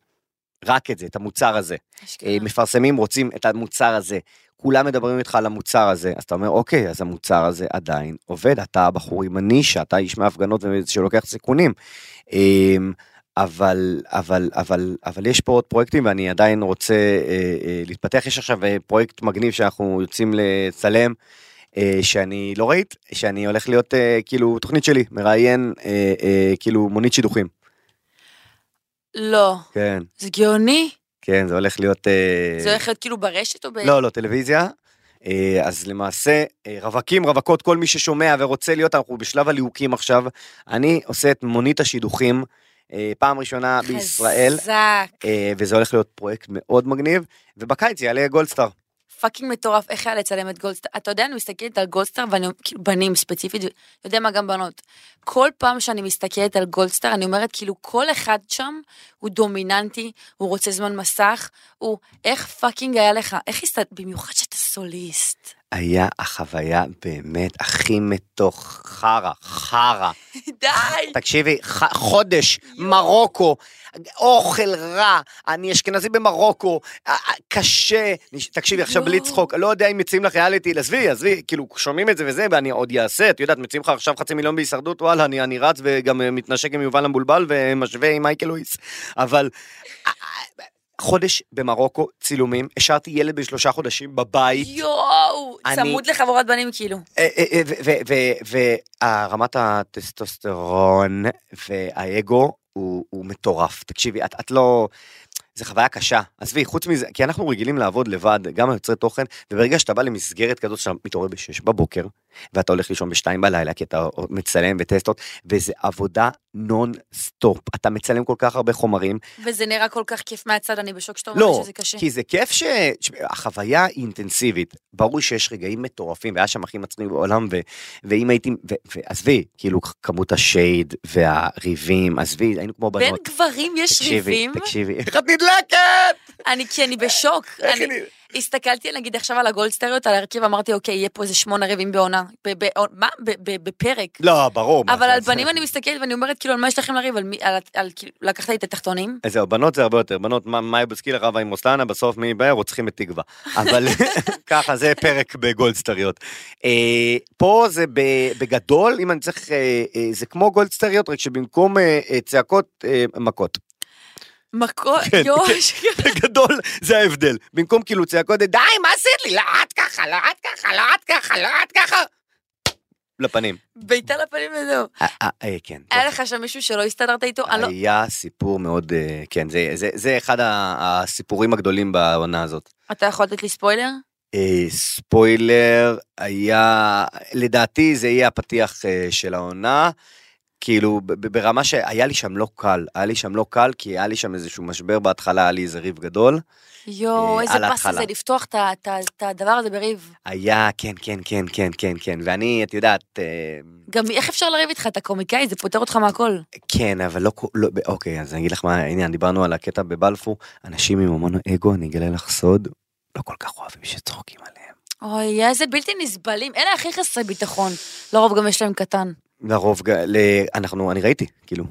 S3: רק את זה, את המוצר הזה.
S2: אשכרה.
S3: אה, מפרסמים רוצים את המוצר הזה. כולם מדברים איתך על המוצר הזה, אז אתה אומר, אוקיי, אז המוצר הזה עדיין עובד, אתה הבחור עם הנישה, אתה איש מהפגנות ו- שלוקח סיכונים. אמ, אבל, אבל, אבל, אבל יש פה עוד פרויקטים ואני עדיין רוצה אה, אה, להתפתח. יש עכשיו אה, פרויקט מגניב שאנחנו יוצאים לצלם, אה, שאני לא ראית, שאני הולך להיות אה, כאילו תוכנית שלי, מראיין אה, אה, כאילו מונית שידוכים.
S2: לא.
S3: כן,
S2: זה גאוני?
S3: כן, זה הולך להיות... אה,
S2: זה הולך להיות כאילו ברשת או ב...
S3: לא, לא, טלוויזיה. אה, אז למעשה, אה, רווקים, רווקות, כל מי ששומע ורוצה להיות, אנחנו בשלב הליהוקים עכשיו. אני עושה את מונית השידוכים, אה, פעם ראשונה בישראל,
S2: חזק.
S3: אה, וזה הולך להיות פרויקט מאוד מגניב, ובקיץ יעלה גולדסטאר.
S2: פאקינג מטורף, איך היה לצלם את גולדסטאר? אתה יודע, אני מסתכלת על גולדסטאר, ואני, כאילו, בנים ספציפית, אתה יודע מה, גם בנות. כל פעם שאני מסתכלת על גולדסטאר, אני אומרת, כאילו, כל אחד שם הוא דומיננטי, הוא רוצה זמן מסך, הוא, איך פאקינג היה לך? איך הסת... במיוחד שאתה סוליסט.
S3: היה החוויה באמת הכי מתוך חרא, חרא.
S2: די!
S3: תקשיבי, ח- חודש, מרוקו, אוכל רע, אני אשכנזי במרוקו, א- א- קשה. נש- תקשיבי, עכשיו בלי
S2: יואו.
S3: צחוק, לא יודע אם מציעים לך ריאליטי, עזבי, עזבי, כאילו, שומעים את זה וזה, ואני עוד אעשה, את יודעת, מציעים לך עכשיו חצי מיליון בהישרדות, וואלה, אני אני רץ וגם אה, מתנשק עם יובל המבולבל ומשווה עם מייקל לואיס. אבל... א- א- חודש במרוקו, צילומים, השארתי ילד בן שלושה חודשים בבית.
S2: יואו,
S3: אני-
S2: צמוד לחבורת בנים כאילו.
S3: אה, והרמת הטסטוסטרון והאגו הוא, הוא מטורף. תקשיבי, את, את לא... זו חוויה קשה. עזבי, חוץ מזה, כי אנחנו רגילים לעבוד לבד, גם היוצרי תוכן, וברגע שאתה בא למסגרת כזאת שאתה מתעורר ב-6 בבוקר, ואתה הולך לישון ב-2 בלילה, כי אתה מצלם וטסטות, וזו עבודה נון-סטופ. אתה מצלם כל כך הרבה חומרים,
S2: וזה נראה כל כך כיף מהצד, אני בשוק שאתה אומר
S3: לא,
S2: שזה קשה.
S3: כי זה כיף ש- שהחוויה היא אינטנסיבית. ברור שיש רגעים מטורפים, והיה שם הכי מצחיק בעולם, ו... ואם הייתי... ו... ועזבי, כאילו כמות השייד והריבים, עזבי, היינו כמו
S2: בין
S3: בנות.
S2: גברים יש ריבים,
S3: תקשיבי, איך את נדלקת?
S2: אני כי אני בשוק.
S3: איך
S2: אני-
S3: אני...
S2: הסתכלתי נגיד עכשיו על הגולדסטריות, על ההרכב, אמרתי, אוקיי, יהיה פה איזה שמונה ריבים בעונה. ב- ב- מה? ב- ב- בפרק.
S3: לא, ברור. מה
S2: אבל
S3: זה,
S2: על
S3: זה-
S2: בנים אני מסתכלת ואני אומרת, כאילו, על מה יש לכם לריב? על מי, על- על, כאילו, לקחת לי את התחתונים?
S3: אז זהו, בנות זה הרבה יותר, בנות, מה- מאיה בוסקילה רבה עם רוסלנה, בסוף מי באר רוצחים את תקווה. אבל ככה, זה פרק בגולדסטריות. אה, פה זה ב- בגדול, אם אני צריך, אה, אה, זה כמו גולדסטריות, רק שבמקום אה, אה, צעקות, אה, מכות.
S2: מכות,
S3: כן,
S2: יואש.
S3: בגדול, זה ההבדל. במקום כאילו צעקות, די, מה עשית לי? לא את ככה, לא את ככה, לא את ככה, לא את ככה. לפנים.
S2: בעיטה לפנים וזהו.
S3: אה, אה, אה, כן. אוקיי.
S2: היה לך שם מישהו שלא הסתדרת איתו? אני לא-
S3: היה סיפור מאוד, אה, כן, זה- זה- זה אחד ה- הסיפורים הגדולים בעונה הזאת.
S2: אתה יכול לתת לי ספוילר?
S3: אה, ספוילר היה, לדעתי זה יהיה הפתיח אה, של העונה. כאילו, ב- ב- ברמה שהיה לי שם לא קל, היה לי שם לא קל, כי היה לי שם איזשהו משבר בהתחלה, היה לי איזה ריב גדול.
S2: יואו,
S3: אה,
S2: איזה
S3: על
S2: פס
S3: ההתחלה.
S2: זה לפתוח את ה- את ה- את הדבר הזה בריב.
S3: היה, כן, כן, כן, כן, כן, כן, ואני, את יודעת, אה,
S2: גם איך אפשר לריב איתך? אתה קומיקאי, זה פותר אותך מהכל.
S3: כן, אבל לא, כו- לא, ב- אוקיי, אז אני אגיד לך מה העניין, דיברנו על הקטע בבלפור, אנשים עם המון אגו, אני אגלה לך סוד, לא כל כך אוהבים שצוחקים עליהם.
S2: אוי, איזה בלתי נסבלים. אלה הכי חסרי ביטחון. לרוב גם יש להם קטן.
S3: לרוב, ג- ל- אנחנו, אני ראיתי, כאילו,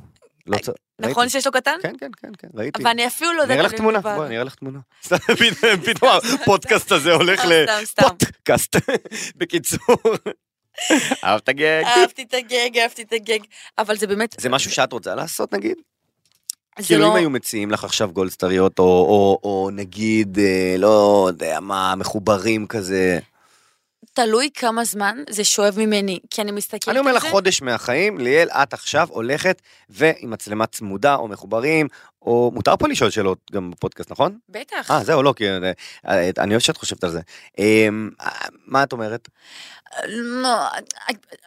S3: לא צ...
S2: נכון שיש לו קטן?
S3: כן, כן, כן, כן, ראיתי.
S2: אבל אני אפילו לא
S3: אני
S2: יודעת...
S3: אראה לך
S2: על מי
S3: תמונה,
S2: מדובר.
S3: בואי, אני אראה לך תמונה. סתם, פתאום- פתאום הפודקאסט הזה הולך
S2: סתם, סתם, סתם.
S3: לפודקאסט. בקיצור, אהבת גג.
S2: אהבתי את הגג, אהבתי את הגג. אבל זה באמת...
S3: זה משהו שאת רוצה לעשות נגיד?
S2: זה
S3: כאילו
S2: לא-
S3: אם היו מציעים לך עכשיו גולדסטריות, או- או או נגיד, אה, לא יודע מה, מחוברים כזה.
S2: כאילו תלוי כמה זמן זה שואב ממני, כי אני מסתכלת
S3: אני אומר
S2: על
S3: לך
S2: זה,
S3: חודש מהחיים, ליאל, את עכשיו הולכת, ועם מצלמה צמודה, או מחוברים, או מותר פה לשאול שאלות גם בפודקאסט, נכון?
S2: בטח.
S3: אה, זהו, לא, כי אה, אה, אני אוהב שאת חושבת על זה. אה, מה את אומרת?
S2: לא,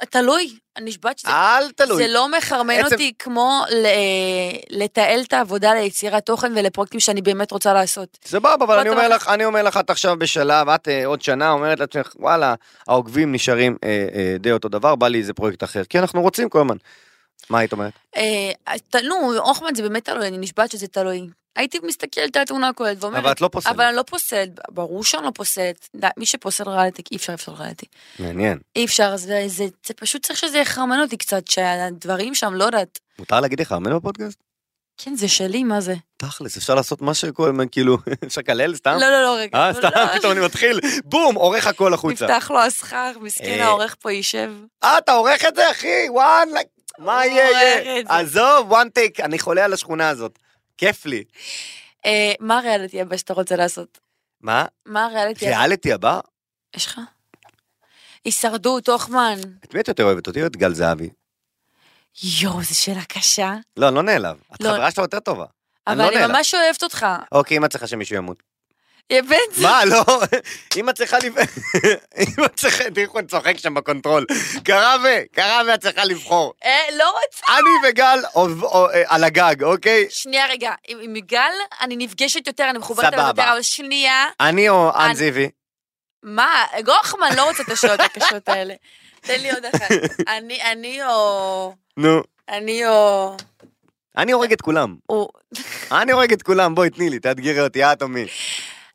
S2: תלוי, אני נשבעת שזה...
S3: אל אה, תלוי.
S2: זה לא מחרמן
S3: עצם-
S2: אותי כמו ל- לתעל את העבודה ליצירת תוכן ולפרויקטים שאני באמת רוצה לעשות.
S3: סבבה, אבל
S2: פה
S3: אני
S2: אתה
S3: אומר
S2: אומר-
S3: לך, אני אומר לך, את עכשיו בשלב, את אה, עוד שנה אומרת לעצמך, וואלה, העוקבים נשארים אה, אה, די אותו דבר, בא לי איזה פרויקט אחר, כי אנחנו רוצים כל הזמן. מה היית אומרת?
S2: אה, אז ת- נו, הוכמן זה באמת תלוי, אני נשבעת שזה תלוי. הייתי מסתכלת על התמונה הכוללת ואומרת,
S3: אבל את לא פוסלת.
S2: אבל אני לא פוסלת, ברור שאני לא פוסלת. די, מי שפוסל ריאליטי, אי אפשר לפסול ריאליטי.
S3: מעניין.
S2: אי אפשר, זה, זה, זה פשוט צריך שזה יחרמן אותי קצת, שהדברים שם, לא יודעת.
S3: מותר להגיד לך אמן בפודקאסט?
S2: כן, זה שלי, מה זה?
S3: תכלס, אפשר לעשות מה שכל כאילו, אפשר לקלל סתם?
S2: לא, לא, לא, רגע.
S3: אה,
S2: לא,
S3: סתם,
S2: לא, לא.
S3: פתאום אני מתחיל, בום, עורך הכל החוצה.
S2: נפתח לו הסכר, מסכן
S3: אה.
S2: העורך פה יישב.
S3: אה, אתה עורך את זה, אחי? וואן, מה
S2: הוא
S3: יהיה?
S2: עורך
S3: יהיה?
S2: את זה.
S3: עזוב, וואן טייק, אני חולה על השכונה הזאת. כיף לי.
S2: אה, מה הריאליטי הבא שאתה רוצה לעשות?
S3: מה?
S2: מה הריאליטי הבא?
S3: ריאליטי הבא?
S2: יש לך? הישרדות, הוכמן.
S3: את מי את יותר אוהבת אותי או את גל זהבי?
S2: יואו, זו שאלה קשה.
S3: לא, אני לא נעלב. את
S2: לא.
S3: חברה שלו יותר טובה. אני
S2: אבל
S3: לא
S2: אני
S3: נעלב.
S2: ממש אוהבת אותך.
S3: אוקיי, אם את צריכה שמישהו ימות.
S2: יא בן זונה.
S3: מה, לא? אם את צריכה לבחור... אם את צריכה... תראי איך הוא צוחק שם בקונטרול. קרבה, קרבה, את צריכה לבחור.
S2: אה, לא רוצה.
S3: אני וגל עוב- או- אה, על הגג, אוקיי?
S2: שנייה רגע, עם עם יגאל אני נפגשת יותר, אני מחוברת
S3: סבבה.
S2: אליו יותר, אבל שנייה.
S3: אני או אן
S2: אני-
S3: זיוי?
S2: מה, גוחמן לא רוצה את השאלות הקשות האלה. תן לי עוד אחת. אני, אני או...
S3: נו.
S2: אני או...
S3: אני הורג את כולם.
S2: או...
S3: אני הורג את כולם, בואי, תני לי, תאתגרי אותי, את או מי.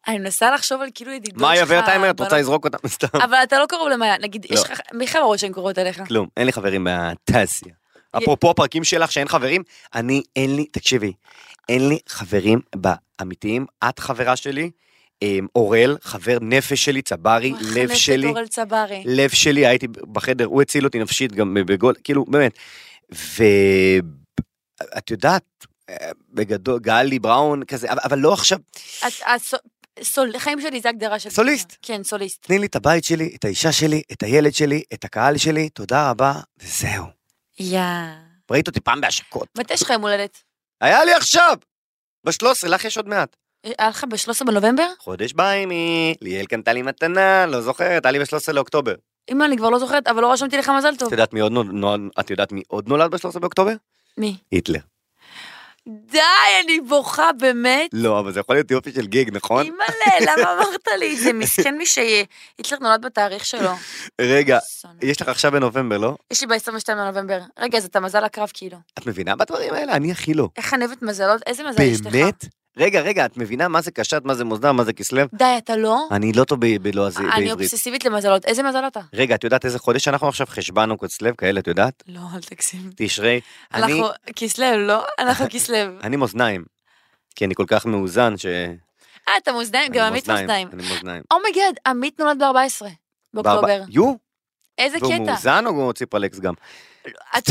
S2: אני מנסה לחשוב על כאילו ידידות שלך. לא-
S3: מאיה ורטהיימר, את רוצה
S2: בנות.
S3: לזרוק אותם? סתם.
S2: אבל אתה לא קרוב למאיה, נגיד, יש
S3: לא.
S2: לך... מי חברות שהן קוראות אליך?
S3: כלום, אין לי חברים בתעשייה. אפרופו הפרקים שלך שאין חברים, אני אין לי, תקשיבי, אין לי חברים באמיתיים, את חברה שלי, אמ, אורל, חבר נפש שלי, צברי,
S2: וואי,
S3: לב
S2: חנפת
S3: שלי,
S2: אורל צברי.
S3: לב שלי, הייתי בחדר, הוא הציל אותי נפשית גם בגול, כאילו, באמת. ואת יודעת, אה, בגדול, גלי בראון כזה, אבל- אבל לא עכשיו,
S2: אז- אז סו- סול- חיים שלי זה הגדרה של...
S3: סוליסט.
S2: גיטרה. כן, סוליסט.
S3: תני לי את הבית שלי, את האישה שלי, את הילד שלי, את הקהל שלי, תודה רבה, וזהו.
S2: יאה.
S3: ראית אותי פעם בהשקות.
S2: מתי יש לך יום הולדת?
S3: היה לי עכשיו! ב-13, לך יש עוד מעט.
S2: אה, היה לך ב-13 בנובמבר?
S3: חודש ביי מי, ליאל קנתה לי מתנה, לא זוכרת, היה לי ב-13 לאוקטובר.
S2: אמא, אני כבר לא זוכרת, אבל לא רשמתי לך מזל
S3: את
S2: טוב.
S3: יודעת מי עוד נול- נולד, את יודעת מי עוד נולד ב-13 באוקטובר?
S2: מי?
S3: היטלר.
S2: די, אני בוכה, באמת.
S3: לא, אבל זה יכול להיות יופי של גיג, נכון?
S2: אימא'לה, למה אמרת לי את זה? מסכן מי שהיטלר נולד בתאריך שלו.
S3: רגע,
S2: שונא.
S3: יש לך עכשיו בנובמבר, לא?
S2: יש לי ב-22 לנובמבר. רגע, אז אתה מזל הקרב כאילו.
S3: את מבינה בדברים האלה? אני הכי לא.
S2: איך אני אוהבת מזלות? איזה מזל יש לך?
S3: באמת? רגע, רגע, את מבינה מה זה קשת, מה זה מוזנב, מה זה כסלו?
S2: די, אתה לא?
S3: אני לא טוב ב- בלועזי,
S2: אני
S3: בעברית.
S2: אובססיבית למזלות. איזה מזל אתה?
S3: רגע, את יודעת איזה חודש אנחנו עכשיו חשבנו כסלו כאלה, את יודעת?
S2: לא, אל תגזים.
S3: תשרי. אני,
S2: אנחנו כסלו, לא? אנחנו כסלו.
S3: אני מאזניים. כי אני כל כך מאוזן ש...
S2: אה, אתה מאזניים?
S3: אני
S2: גם עמית מאזניים.
S3: אני מאזניים.
S2: אומייגד, עמית נולד ב-14 באוקטובר.
S3: בארבע- יו,
S2: איזה
S3: והוא
S2: קטע. כן.
S3: מאוזן או הוא ציפרלקס גם?
S2: את-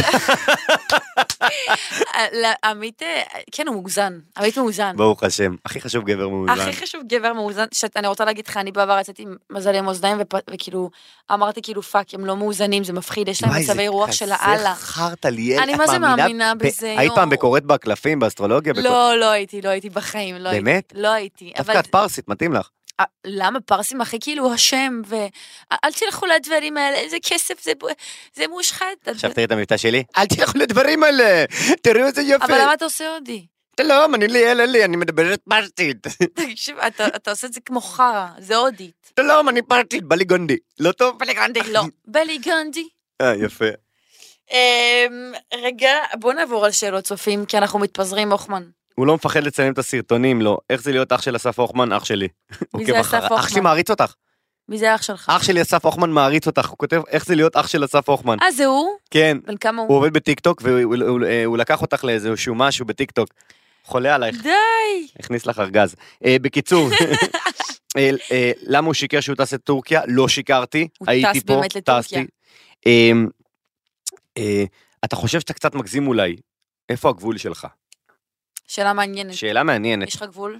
S2: לא, עמית, אה, כן, הוא מאוזן. עמית מאוזן.
S3: ברוך השם. הכי חשוב גבר מאוזן.
S2: הכי חשוב גבר מאוזן, שאני רוצה להגיד לך, אני בעבר יצאתי עם מזל עם אוזניים, ופ- וכאילו, אמרתי כאילו, פאק, הם לא מאוזנים, זה מפחיד, יש להם
S3: וואי,
S2: מצבי
S3: זה
S2: רוח של
S3: כזה
S2: האללה.
S3: חרטא ליאל.
S2: אני
S3: את
S2: מה זה
S3: מאמינה
S2: מאמינה
S3: ב-
S2: בזה,
S3: היית
S2: יואו.
S3: פעם בקוראת באקלפים, באסטרולוגיה? בקור-
S2: לא, לא הייתי, לא הייתי בחיים, לא הייתי.
S3: באמת?
S2: לא הייתי. אבל
S3: דווקא את פרסית, מתאים לך.
S2: אה, למה פרסים הכי כאילו השם, ואל תלכו לדברים האלה, איזה כסף, זה בו- זה מושחת.
S3: עכשיו תראי את המבטא שלי. אל תלכו לדברים האלה, תראו איזה יופי.
S2: אבל למה אתה עושה הודי?
S3: שלום, אני ליאל אלי, אני מדברת פרסית.
S2: תקשיב, אתה אתה עושה את זה כמו חרא, זה הודית.
S3: שלום, אני פרסית, בליגונדי. לא טוב? בליגונדי,
S2: לא, בלי גנדי.
S3: אה, יפה.
S2: אמ, רגע, בוא נעבור על שאלות צופים, כי אנחנו מתפזרים, הוחמן.
S3: הוא לא מפחד לצלם את הסרטונים, לא. איך זה להיות אח של אסף הוכמן, אח שלי. עוקב
S2: זה אסף
S3: אחריי. אח
S2: הוכמן?
S3: שלי מעריץ אותך.
S2: מי זה האח שלך?
S3: אח שלי אסף הוכמן מעריץ אותך. הוא כותב, איך זה להיות אח של אסף הוכמן.
S2: אה, זה הוא?
S3: כן.
S2: בן כמה
S3: הוא
S2: הוא?
S3: עובד בטיקטוק, והוא הוא- הוא- הוא לקח אותך לאיזשהו משהו בטיקטוק. חולה עלייך,
S2: די!
S3: הכניס לך ארגז. אה, בקיצור, אה, אה, למה הוא שיקר שהוא טס לטורקיה? לא שיקרתי,
S2: הוא
S3: הייתי
S2: טס
S3: פה,
S2: באמת לטורקיה.
S3: טסתי. אה, אה, אתה חושב שאתה קצת מגזים אולי, איפה הגבול שלך?
S2: שאלה מעניינת.
S3: שאלה מעניינת.
S2: יש לך גבול?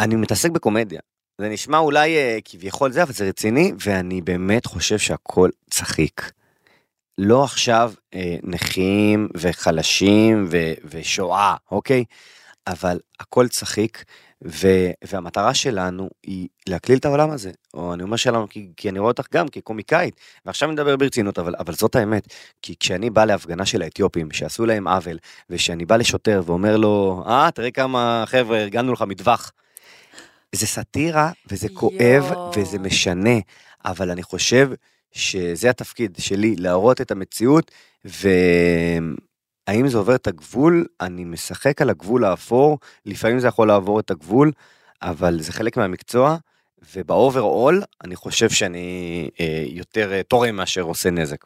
S3: אני מתעסק בקומדיה. זה נשמע אולי אה, כביכול זה, אבל זה רציני, ואני באמת חושב שהכל צחיק. לא עכשיו אה, נכים וחלשים ו- ושואה, אוקיי? אבל הכל צחיק, ו- והמטרה שלנו היא להקליל את העולם הזה. או אני אומר שלנו, כי, כי אני רואה אותך גם כקומיקאית, ועכשיו אני מדבר ברצינות, אבל, אבל זאת האמת. כי כשאני בא להפגנה של האתיופים, שעשו להם עוול, וכשאני בא לשוטר ואומר לו, אה, תראה כמה חבר'ה, ארגנו לך מטווח. זה סאטירה, וזה כואב,
S2: יואו.
S3: וזה משנה, אבל אני חושב שזה התפקיד שלי, להראות את המציאות, והאם זה עובר את הגבול? אני משחק על הגבול האפור, לפעמים זה יכול לעבור את הגבול, אבל זה חלק מהמקצוע, ובאוברול, אני חושב שאני אה, יותר אה, תורם מאשר עושה נזק.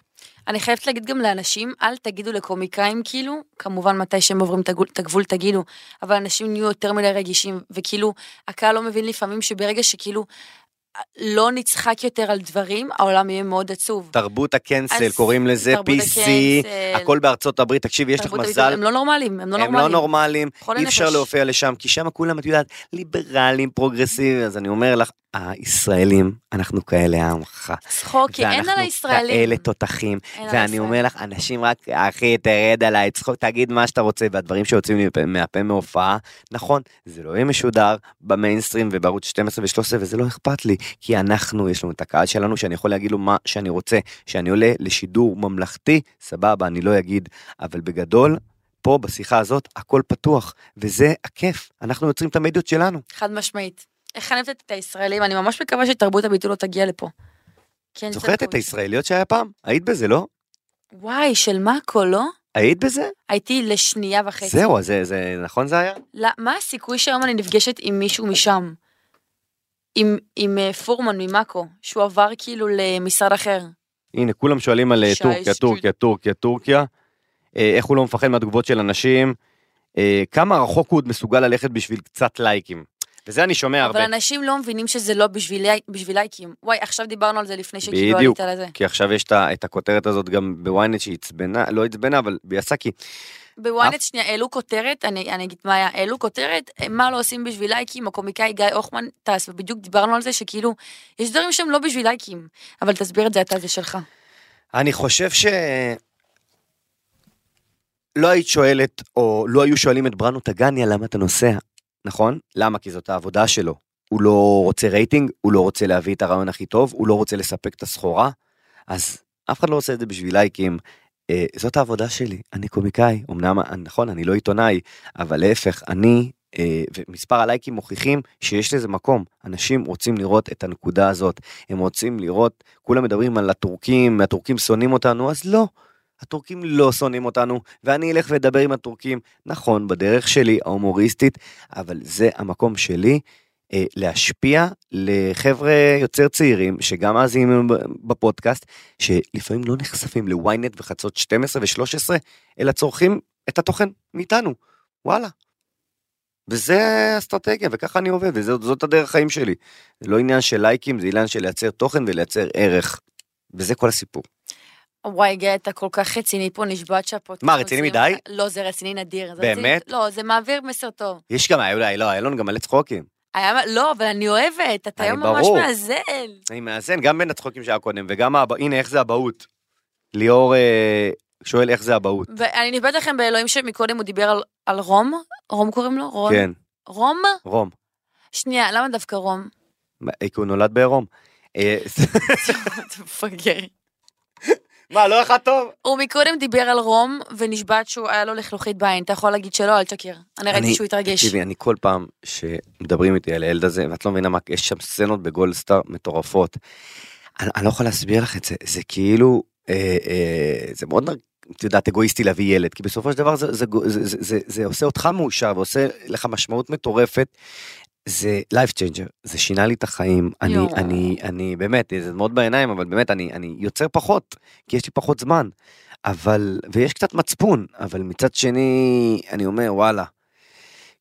S2: אני חייבת להגיד גם לאנשים, אל תגידו לקומיקאים כאילו, כמובן מתי שהם עוברים את הגבול- את הגבול תגידו, אבל אנשים נהיו יותר מדי רגישים, וכאילו, הקהל לא מבין לפעמים שברגע שכאילו לא נצחק יותר על דברים, העולם יהיה מאוד עצוב.
S3: תרבות הקנסל,
S2: אז
S3: קוראים לזה
S2: תרבות
S3: PC,
S2: הקנסל.
S3: הכל בארצות הברית, תקשיבי, יש לך
S2: תרבות
S3: מזל.
S2: הם לא נורמלים, הם לא
S3: הם
S2: נורמלים.
S3: לא נורמלים,
S2: חולי
S3: אי אפשר
S2: נפש.
S3: להופיע לשם, כי שם כולם, את יודעת, ליברלים, פרוגרסיביים, אז אני אומר לך, הישראלים, אנחנו כאלה עמך.
S2: צחוק, כי אוקיי, אין על הישראלים.
S3: ואנחנו כאלה תותחים,
S2: אין על
S3: ואני
S2: הישראלים.
S3: אומר לך, אנשים רק, אחי, תרד עליי, צחוק, תגיד מה שאתה רוצה, והדברים שיוצאים לי מפה- מהפה מהופעה, נכון, זה לא יהיה משודר במיינסטרים ובערוץ 12 ו-13, וזה לא אכפת לי, כי אנחנו, יש לנו את הקהל שלנו, שאני יכול להגיד לו מה שאני רוצה, שאני עולה לשידור ממלכתי, סבבה, אני לא אגיד, אבל בגדול, פה בשיחה הזאת הכל פתוח, וזה הכיף, אנחנו יוצרים את המדיות שלנו.
S2: חד משמעית. איך אני אוהבת את הישראלים, אני ממש מקווה שתרבות הביטול לא תגיע לפה. כי אני
S3: זוכרת את הישראליות שהיה פעם? היית בזה, לא?
S2: וואי, של מאקו, לא?
S3: היית בזה?
S2: הייתי לשנייה וחצי.
S3: זהו, אז זה, זה, נכון זה היה?
S2: לא, מה הסיכוי שהיום אני נפגשת עם מישהו משם? עם, עם אה, פורמן ממאקו, שהוא עבר כאילו למשרד אחר.
S3: הנה, כולם שואלים על אה,
S2: שי
S3: טורקיה,
S2: סטריט.
S3: טורקיה, טורקיה, טורקיה. אה, איך הוא לא מפחד מהתגובות של אנשים? אה, כמה רחוק הוא עוד מסוגל ללכת בשביל קצת לייקים? וזה אני שומע
S2: אבל
S3: הרבה.
S2: אנשים לא מבינים שזה לא בשבילי, בשבילי כי הם- וואי, עכשיו דיברנו על זה לפני שכאילו
S3: בדיוק.
S2: עלית על זה.
S3: כי עכשיו יש את ה- את הכותרת הזאת גם בוויינט שעצבנה, לא עצבנה, אבל יצא כי
S2: בוויינט שנייה העלו כותרת, אני, אני אגיד מה היה, העלו כותרת, מה לא עושים בשביל לייקים, הקומיקאי גיא הוחמן טס, ובדיוק דיברנו על זה שכאילו, יש דברים שהם לא בשביל לייקים, אבל תסביר את זה אתה, זה שלך.
S3: אני חושב ש... לא היית שואלת, או לא היו שואלים את בראנו טגניה למה אתה נוסע, נכון? למה? כי זאת העבודה שלו. הוא לא רוצה רייטינג, הוא לא רוצה להביא את הרעיון הכי טוב, הוא לא רוצה לספק את הסחורה, אז אף אחד לא עושה את זה בשביל לייקים. אה, זאת העבודה שלי, אני קומיקאי, אמנם, אה, נכון, אני לא עיתונאי, אבל להפך, אני, אה, ומספר הלייקים מוכיחים שיש לזה מקום. אנשים רוצים לראות את הנקודה הזאת, הם רוצים לראות כולם מדברים על הטורקים, הטורקים שונאים אותנו, אז לא. הטורקים לא שונאים אותנו, ואני אלך ואדבר עם הטורקים, נכון, בדרך שלי, ההומוריסטית, אבל זה המקום שלי אה, להשפיע לחבר'ה יותר צעירים, שגם אז הם בפודקאסט, שלפעמים לא נחשפים ל-ynet וחצות 12 ו-13, אלא צורכים את התוכן מאיתנו, וואלה. וזה אסטרטגיה, וככה אני עובד, וזאת הדרך חיים שלי. זה לא עניין של לייקים, זה עניין של לייצר תוכן ולייצר ערך. וזה כל הסיפור.
S2: וואי, גיא, אתה כל כך רציני פה, נשבעת שהפודקאסט...
S3: מה, רציני
S2: עושים לך-
S3: מדי?
S2: לא, זה רציני נדיר. זה
S3: באמת?
S2: רציני- לא, זה מעביר מסר טוב.
S3: יש גם, אולי, לא, היה לנו גם מלא צחוקים.
S2: היה- לא, אבל אני אוהבת, אתה
S3: אני
S2: היום ממש
S3: ברור.
S2: מאזן.
S3: אני מאזן גם בין הצחוקים שהיה קודם, וגם, האב- הנה, איך זה אבהות. ליאור אה, שואל איך זה אבהות.
S2: ואני נשבעת לכם באלוהים שמקודם הוא דיבר על- על רום, רום קוראים לו? רון?
S3: כן,
S2: רום?
S3: רום.
S2: שנייה, למה דווקא רום?
S3: מה, כי הוא נולד בעירום. אה,
S2: אתה מפגר.
S3: מה, לא אחד טוב?
S2: הוא מקודם דיבר על רום, ונשבעת שהוא היה לו לכלוכית בעין. אתה יכול להגיד שלא, אל תשקר. אני ראיתי שהוא התרגש.
S3: תקשיבי, אני כל פעם שמדברים איתי על הילד הזה, ואת לא מבינה מה, יש שם סצנות בגולדסטאר מטורפות. אני, אני לא יכול להסביר לך את זה, זה כאילו, אה, אה, זה מאוד, נר- את יודעת, אגואיסטי להביא ילד, כי בסופו של דבר זה, זה, גו- זה, זה, זה, זה עושה אותך מאושר ועושה לך משמעות מטורפת. זה life changer, זה שינה לי את החיים, אני,
S2: יואו.
S3: אני, אני, באמת, זה מאוד בעיניים, אבל באמת, אני, אני יוצר פחות, כי יש לי פחות זמן, אבל, ויש קצת מצפון, אבל מצד שני, אני אומר, וואלה,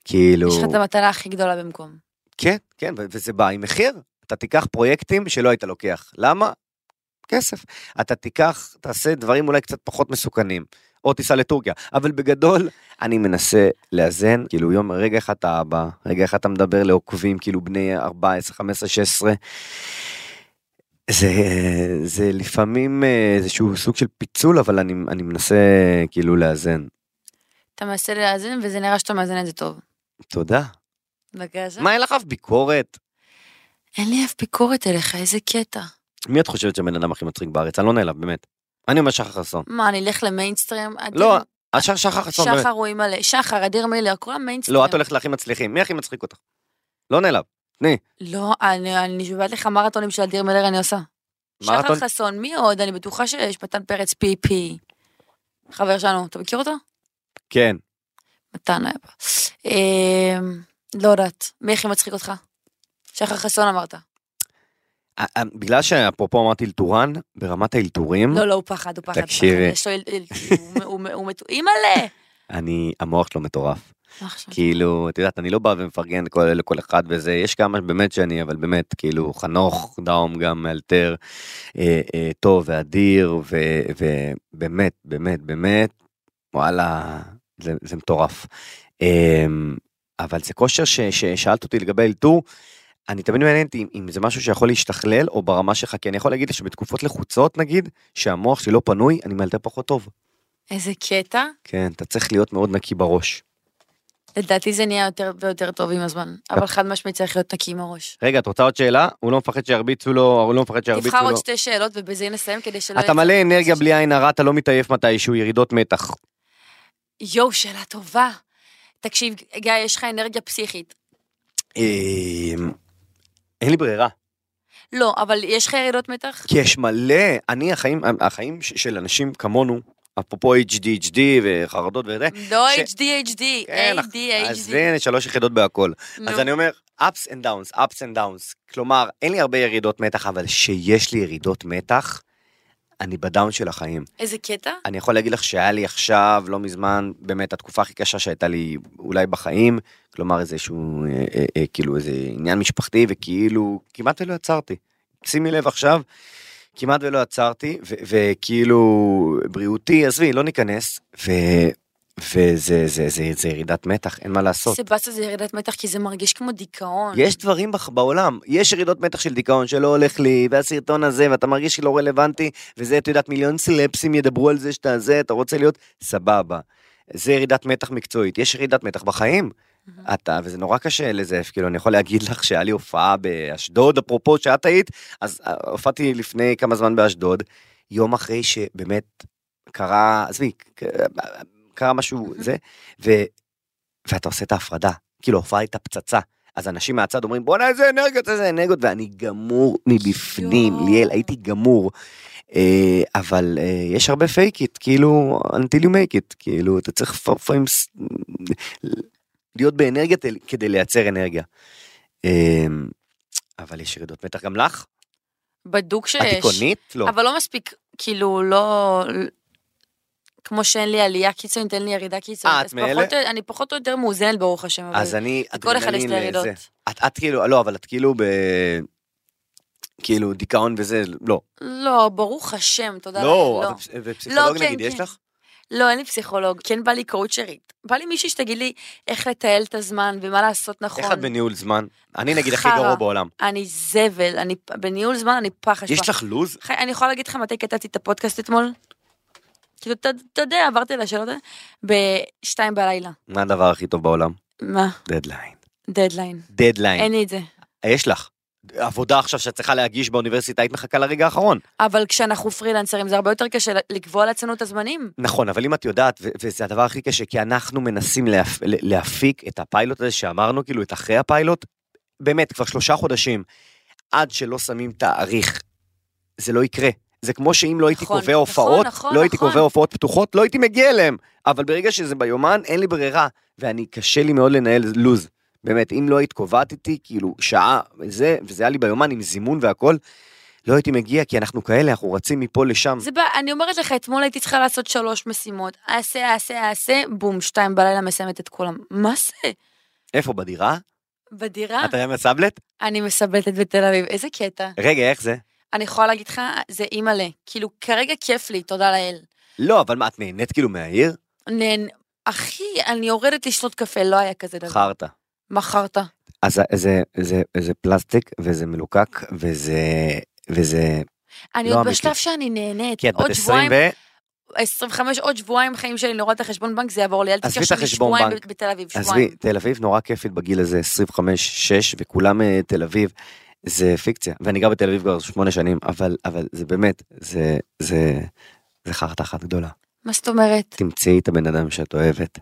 S3: כאילו...
S2: יש לך את המתנה הכי גדולה במקום.
S3: כן, כן, ו- וזה בא עם מחיר. אתה תיקח פרויקטים שלא היית לוקח. למה? כסף. אתה תיקח, תעשה דברים אולי קצת פחות מסוכנים, או תיסע לטורקיה. אבל בגדול, אני מנסה לאזן, כאילו יום, רגע אחד אתה אבא, רגע אחד אתה מדבר לעוקבים, כאילו בני 14, 15, 16. זה, זה לפעמים אה, איזשהו סוג של פיצול, אבל אני, אני מנסה כאילו לאזן.
S2: אתה מנסה להאזין, וזה נראה שאתה מאזן את זה טוב.
S3: תודה.
S2: בבקשה.
S3: מה, אין לך אף ביקורת?
S2: אין לי אף ביקורת אליך, איזה קטע.
S3: מי את חושבת שהבן אדם הכי מצחיק בארץ? אני לא נעלב, באמת. אני אומר שחר חסון.
S2: מה, אני אלך למיינסטרים? אדיר-
S3: לא, את שר- שחר חסון, באמת.
S2: שחר הוא אימא'לה, שחר, אדיר מילר, כולם מיינסטרים.
S3: לא, את הולכת להכי מצליחים. מי הכי מצחיק אותך? לא נעלב.
S2: לא, אני אני נשבעת לך מרתונים של אדיר מילר אני עושה. שחר
S3: מרתון?
S2: חסון, מי עוד? אני בטוחה שיש מתן פרץ פי פי. חבר שלנו, אתה מכיר אותו?
S3: כן.
S2: מתן היה פה. אמ, לא יודעת. מי הכי מצחיק אותך? שחר חסון אמרת.
S3: אה, אה, בגלל שאפרופו אמרתי אלתורן, ברמת האלתורים,
S2: לא, לא, הוא פחד, הוא פחד. הוא
S3: תקשיבי.
S2: פחד. יש לו... איל- איל- הוא- הוא- הוא- הוא מתו... אימא'לה!
S3: אני, המוח שלו מטורף.
S2: מה עכשיו?
S3: כאילו, את יודעת, אני לא בא ומפרגן לכל- לכל אחד וזה, יש כמה באמת שאני, אבל באמת, כאילו, חנוך דאום גם מאלתר, אה, אה, טוב ואדיר, ו- ובאמת, באמת, באמת, וואלה, זה, זה מטורף. אמ, אבל זה כושר ש- ששאלת אותי לגבי אלתור, אני תמיד מעניינת אם, אם זה משהו שיכול להשתכלל או ברמה שלך, כי אני יכול להגיד לך שבתקופות לחוצות נגיד, שהמוח שלי לא פנוי, אני מאלתר פחות טוב.
S2: איזה קטע.
S3: כן, אתה צריך להיות מאוד נקי בראש.
S2: לדעתי זה נהיה יותר ויותר טוב עם הזמן. אבל חד משמעית צריך להיות נקי עם הראש.
S3: רגע, את רוצה עוד שאלה? הוא לא מפחד שירביצו לו, הוא לא מפחד שירביצו
S2: תבחר
S3: לו.
S2: עוד שתי שאלות ובזה נסיים כדי שלא...
S3: אתה
S2: יהיה-
S3: מלא אנרגיה בלי עין הרע, אתה לא מתעייף מתישהו, ירידות מתח.
S2: יואו, שאלה טובה. תקשיב, גיא, יש לך אנרגיה פסיכית.
S3: אמ, אין לי ברירה.
S2: לא, אבל יש לך ירידות מתח?
S3: כי יש מלא, אני, החיים, החיים ש- של אנשים כמונו, אפרופו HDHD וחרדות וזה,
S2: לא
S3: כן, ש-
S2: HDHD,
S3: כן, אז
S2: ADHD.
S3: הנה שלוש יחידות בהכל.
S2: נו.
S3: אז אני אומר, ups and downs, ups and downs. כלומר, אין לי הרבה ירידות מתח, אבל שיש לי ירידות מתח, אני בדאון של החיים.
S2: איזה קטע?
S3: אני יכול להגיד לך שהיה לי עכשיו, לא מזמן, באמת, התקופה הכי קשה שהייתה לי אולי בחיים, כלומר איזשהו, אה, אה, אה, כאילו איזה עניין משפחתי, וכאילו, כמעט ולא עצרתי. שימי לב עכשיו, כמעט ולא עצרתי, ו- וכאילו, בריאותי, עזבי, לא ניכנס, ו- וזה זה, זה, זה ירידת מתח, אין מה לעשות.
S2: סבסטיה זה ירידת מתח כי זה מרגיש כמו דיכאון.
S3: יש דברים בח- בעולם, יש ירידות מתח של דיכאון שלא הולך לי, והסרטון הזה, ואתה מרגיש שלא רלוונטי, וזה, את יודעת, מיליון סלפסים ידברו על זה שאתה זה, אתה רוצה להיות סבבה. זה ירידת מתח מקצועית, יש ירידת מתח בחיים.
S2: מהמם.
S3: אתה, וזה נורא קשה לזייף, כאילו, אני יכול להגיד לך שהיה לי הופעה באשדוד, אפרופו שאת היית, אז אה, הופעתי לפני כמה זמן באשדוד, יום אחרי שבאמת קרה, עזבי, ק- קרה משהו, זה, ו, ואתה עושה את ההפרדה, כאילו, ההופעה הייתה פצצה. אז אנשים מהצד אומרים, בואנה, איזה אנרגיות, איזה אנרגיות, ואני גמור מבפנים,
S2: יואו.
S3: ליאל, הייתי גמור. אה, אבל אה, יש הרבה fake it, כאילו, until you make it, כאילו, אתה צריך לפעמים ס- להיות באנרגיה תל- כדי לייצר אנרגיה. אה, אבל יש ירידות מתח גם לך?
S2: בדוק שיש.
S3: את דיכאונית? לא.
S2: אבל לא מספיק, כאילו, לא... כמו שאין לי עלייה קיצונית, אין לי ירידה קיצונית.
S3: אה, את
S2: אז
S3: מאלה?
S2: פחות או- אני פחות או יותר מאוזנת, ברוך השם. אבל
S3: אז אני,
S2: לכל אחד יש אוקיי. את
S3: אדרנלין
S2: הירידות.
S3: לזה. את, את כאילו, לא, אבל את כאילו ב... כאילו דיכאון וזה, לא.
S2: לא, ברוך השם, תודה.
S3: לא,
S2: לאל,
S3: אבל פס- ופסיכולוג
S2: כן,
S3: נגיד, יש
S2: כן.
S3: לך?
S2: לא, אין לי פסיכולוג. כן בא לי קואוצ'רית. בא לי מישהי שתגיד לי איך לטייל את הזמן ומה לעשות נכון.
S3: איך את בניהול זמן? אני נגיד הכי
S2: חרא.
S3: גרוע בעולם.
S2: אני זבל, אני פ- בניהול זמן אני פח אשפה.
S3: יש לך לו"ז?
S2: חי- אני יכולה להגיד לך מתי כתבתי את הפודקאסט אתמול? כאילו, אתה אתה יודע, עברתי על השאלות האלה, בשתיים בלילה.
S3: מה הדבר הכי טוב בעולם?
S2: מה?
S3: דדליין.
S2: דדליין. אין
S3: דדליין. אה,
S2: לי את זה.
S3: יש לך. עבודה עכשיו שאת צריכה להגיש באוניברסיטה, היית מחכה לרגע האחרון.
S2: אבל כשאנחנו פרילנסרים זה הרבה יותר קשה לקבוע לעצמנו את הזמנים.
S3: נכון, אבל אם את יודעת, ו- וזה הדבר הכי קשה, כי אנחנו מנסים להפ- ל- להפיק את הפיילוט הזה שאמרנו, כאילו, את אחרי הפיילוט, באמת, כבר שלושה חודשים, עד שלא שמים תאריך, זה לא יקרה. זה כמו שאם לא הייתי
S2: נכון,
S3: קובע
S2: נכון,
S3: הופעות,
S2: נכון,
S3: לא הייתי
S2: נכון.
S3: קובע הופעות פתוחות, לא הייתי מגיע אליהם. אבל ברגע שזה ביומן, אין לי ברירה. ואני, קשה לי מאוד לנהל לוז. באמת, אם לא היית קובעת איתי, כאילו, שעה, זה, וזה היה לי ביומן עם זימון והכל, לא הייתי מגיע, כי אנחנו כאלה, אנחנו רצים מפה לשם.
S2: זה בא, אני אומרת לך, אתמול הייתי צריכה לעשות שלוש משימות. אעשה, אעשה, אעשה, בום, שתיים בלילה מסיימת את כולם. מה זה?
S3: איפה, בדירה?
S2: בדירה.
S3: את היום הסבלט?
S2: אני מסבלתת בתל אביב, איזה קטע.
S3: רגע, איך זה?
S2: אני יכולה להגיד לך, זה אימא'לה. כאילו, כרגע כיף לי, תודה לאל.
S3: לא, אבל מה, את נהנית כאילו מהעיר?
S2: נהן, אחי, אני יורדת לשתות קפה, לא היה כזה דבר.
S3: חרטא.
S2: מכרת.
S3: אז זה- זה, זה, זה פלסטיק, וזה מלוקק, וזה... וזה...
S2: אני
S3: לא
S2: עוד
S3: אמיתי.
S2: בשלב שאני נהנית.
S3: כי את בת
S2: עוד
S3: 20
S2: שבועיים,
S3: ו...
S2: 25, עוד שבועיים חיים שלי, אני לא רואה את החשבון בנק, זה יעבור לי. אל
S3: עזבי
S2: תשכח
S3: את
S2: שאני
S3: החשבון
S2: שבועיים
S3: בנק.
S2: ב- בתל אביב, שבועיים.
S3: עזבי, תל אביב נורא כיפית בגיל הזה, 25-6, וכולם אה, תל אביב. זה פיקציה, ואני גר בתל אביב כבר שמונה שנים, אבל, אבל זה באמת, זה, זה, זה חרטא אחת גדולה.
S2: מה זאת אומרת?
S3: תמצאי את הבן אדם שאת אוהבת,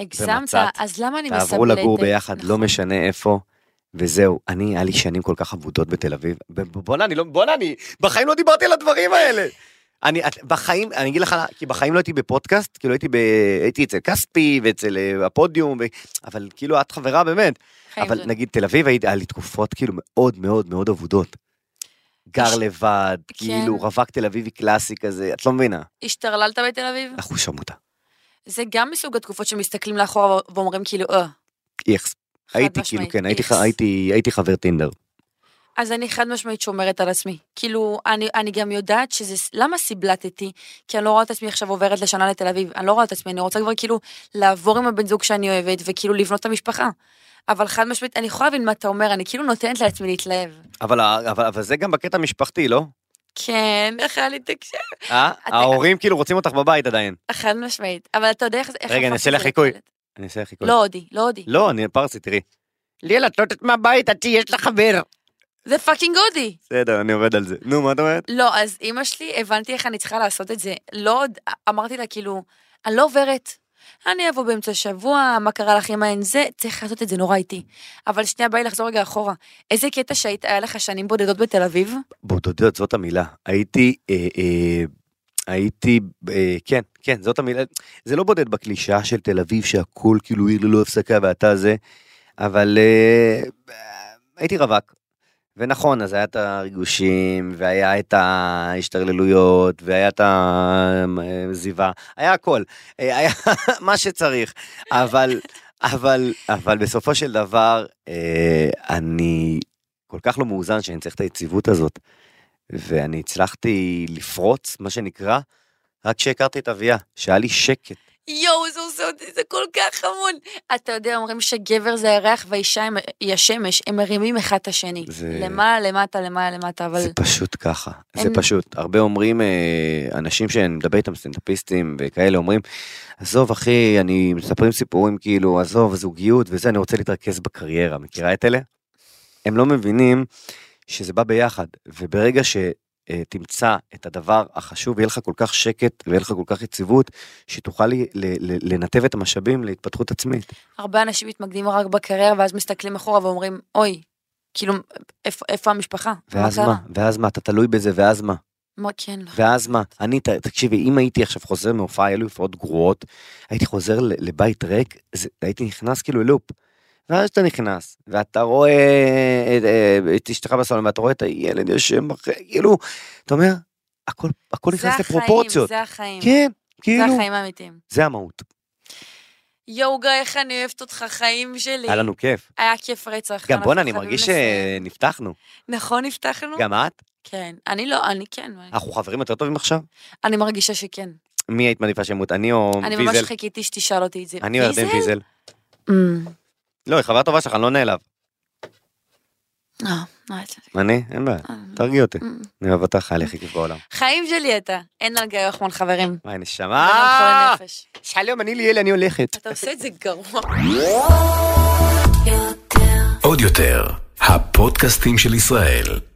S2: הגזמת,
S3: ומצאת.
S2: אז למה אני מסבלטת?
S3: תעברו לגור ביחד, לא
S2: נכון.
S3: משנה איפה, וזהו. אני, היה לי שנים כל כך אבודות בתל אביב. ב- ב- בואנה, אני לא, בואנה, אני בחיים לא דיברתי על הדברים האלה. אני, את, בחיים, אני אגיד לך, כי בחיים לא הייתי בפודקאסט, כאילו הייתי, ב, הייתי אצל כספי ואצל אה, הפודיום, ו, אבל כאילו את חברה באמת.
S2: חיים
S3: אבל
S2: כן, זה-
S3: נגיד תל אביב, היית- היה לי תקופות כאילו מאוד מאוד מאוד אבודות. גר
S2: יש-
S3: לבד,
S2: כן. נכון.
S3: כאילו רווק תל אביבי קלאסי כזה, את לא מבינה,
S2: השתרללת בתל אביב?
S3: אנחנו שמותה.
S2: זה גם מסוג התקופות שמסתכלים לאחורה ו- ואומרים כאילו, אה,
S3: איכס.
S2: חד
S3: הייתי כאילו,
S2: משמעית,
S3: כן, הייתי
S2: איכס.
S3: ח- הייתי- הייתי חבר טינדר.
S2: אז אני חד משמעית שומרת על עצמי. כאילו, אני, אני גם יודעת שזה, למה סיבלטתי? כי אני לא רואה את עצמי עכשיו עוברת לשנה לתל אביב, אני לא רואה את עצמי, אני רוצה כבר כאילו לעבור עם הבן זוג שאני אוהבת, וכאילו לבנות את המשפחה. אבל חד משמעית, אני יכולה להבין מה אתה אומר, אני כאילו נותנת לעצמי להתלהב.
S3: אבל, ה- אבל, אבל זה גם בקטע המשפחתי, לא?
S2: כן, איך היה לי תקשיב?
S3: אה? ההורים כאילו רוצים אותך בבית עדיין.
S2: חד משמעית. אבל אתה יודע איך זה... איך
S3: רגע, אני
S2: הפכתי
S3: אעשה
S2: את זה
S3: לך חיקוי.
S2: לילד?
S3: אני אעשה לך
S2: לא הודי, לא הודי.
S3: לא, אני פרסי, תראי. ליאל, את לא יודעת מהבית, עד שיש לך חבר.
S2: זה פאקינג הודי.
S3: בסדר, אני עובד על זה. נו, מה את אומרת?
S2: לא, אז אימא שלי, הבנתי איך אני צריכה לעשות את זה. לא עוד, אמרתי לה, כאילו, אני לא עוברת. אני אבוא באמצע השבוע, מה קרה לך עם האין זה, צריך לעשות את זה נורא איטי. אבל שנייה, בא לי לחזור רגע אחורה. איזה קטע שהיית, היה לך שנים בודדות בתל אביב?
S3: בודדות, זאת המילה. הייתי, אה, אה, הייתי, אה, כן, כן, זאת המילה. זה לא בודד בקלישאה של תל אביב, שהכל כאילו עיר ללא הפסקה ואתה זה, אבל אה, הייתי רווק. ונכון, אז היה את הריגושים, והיה את ההשתרללויות, והיה את העזיבה, היה הכל, אה, היה מה שצריך, אבל, אבל, אבל בסופו של דבר, אה, אני כל כך לא מאוזן שאני צריך את היציבות הזאת, ואני הצלחתי לפרוץ, מה שנקרא, רק כשהכרתי את אביה, שהיה לי שקט.
S2: יואו, זה עושה אותי, זה כל כך חמוד. אתה יודע, אומרים שגבר זה הירח והאישה הם- היא השמש, הם מרימים אחד את השני.
S3: זה-
S2: למעלה, למטה, למעלה, למטה, אבל...
S3: זה פשוט ככה, זה
S2: אין-
S3: פשוט. הרבה אומרים, אה, אנשים שאני מדבר איתם, סטנדאפיסטים וכאלה, אומרים, עזוב אחי, אני מספרים סיפורים כאילו, עזוב, זוגיות וזה, אני רוצה להתרכז בקריירה. מכירה את אלה? הם לא מבינים שזה בא ביחד, וברגע שתמצא את הדבר החשוב, יהיה לך כל כך שקט ויהיה לך כל כך יציבות, שתוכל ל- ל- ל- לנתב את המשאבים להתפתחות עצמית.
S2: הרבה אנשים מתמקדים רק בקריירה, ואז מסתכלים אחורה ואומרים, אוי, כאילו, איפה, איפה המשפחה?
S3: ואז
S2: קרה?"
S3: מה? ואז מה? אתה תלוי בזה, ואז מה?
S2: מה, כן, לא.
S3: ואז מה, אני, ת- תקשיבי, אם הייתי עכשיו חוזר מהופעה, היו לי הופעות גרועות, הייתי חוזר ל- לבית ריק, זה- הייתי נכנס כאילו ללופ. ואז אתה נכנס, ואתה רואה את, אה, את אשתך בסלון, ואתה רואה את הילד ישן אחרי, כאילו, אתה אומר, הכל, הכל
S2: זה
S3: נכנס
S2: החיים,
S3: לפרופורציות.
S2: זה החיים,
S3: כן,
S2: זה
S3: כאילו,
S2: החיים האמיתיים.
S3: זה המהות.
S2: יואו, גיא, איך אני אוהבת אותך, חיים שלי.
S3: היה לנו כיף.
S2: היה כיף רצח.
S3: גם
S2: אנחנו
S3: בואנה, אני
S2: חייבים
S3: מרגיש
S2: לסיים.
S3: שנפתחנו.
S2: נכון, הבטחנו?
S3: גם אה. את?
S2: כן. אני לא, אני כן.
S3: אנחנו חברים יותר טובים עכשיו?
S2: אני מרגישה שכן.
S3: מי היית מעדיפה שימות, אני או
S2: אני ממש
S3: ויזל?
S2: חיכיתי שתשאל אותי את זה.
S3: אני או ירדן ויזל.
S2: אמ,
S3: לא, היא חברה טובה שלך, אני לא נעלב.
S2: אה, אה, אתה-
S3: אני? אין בעיה.
S2: אה,
S3: תרגיע אותי.
S2: אמ.
S3: אני אוהב אותך, היה לי הכי כיף בעולם.
S2: חיים שלי אתה. אין על גיא יחמן, חברים.
S3: וואי,
S2: אדם חולה
S3: נשמה!
S2: נפש.
S3: שלום, אני ליאל, אני הולכת.
S2: אתה עושה את זה גרוע.
S1: עוד יותר, הפודקאסטים של ישראל.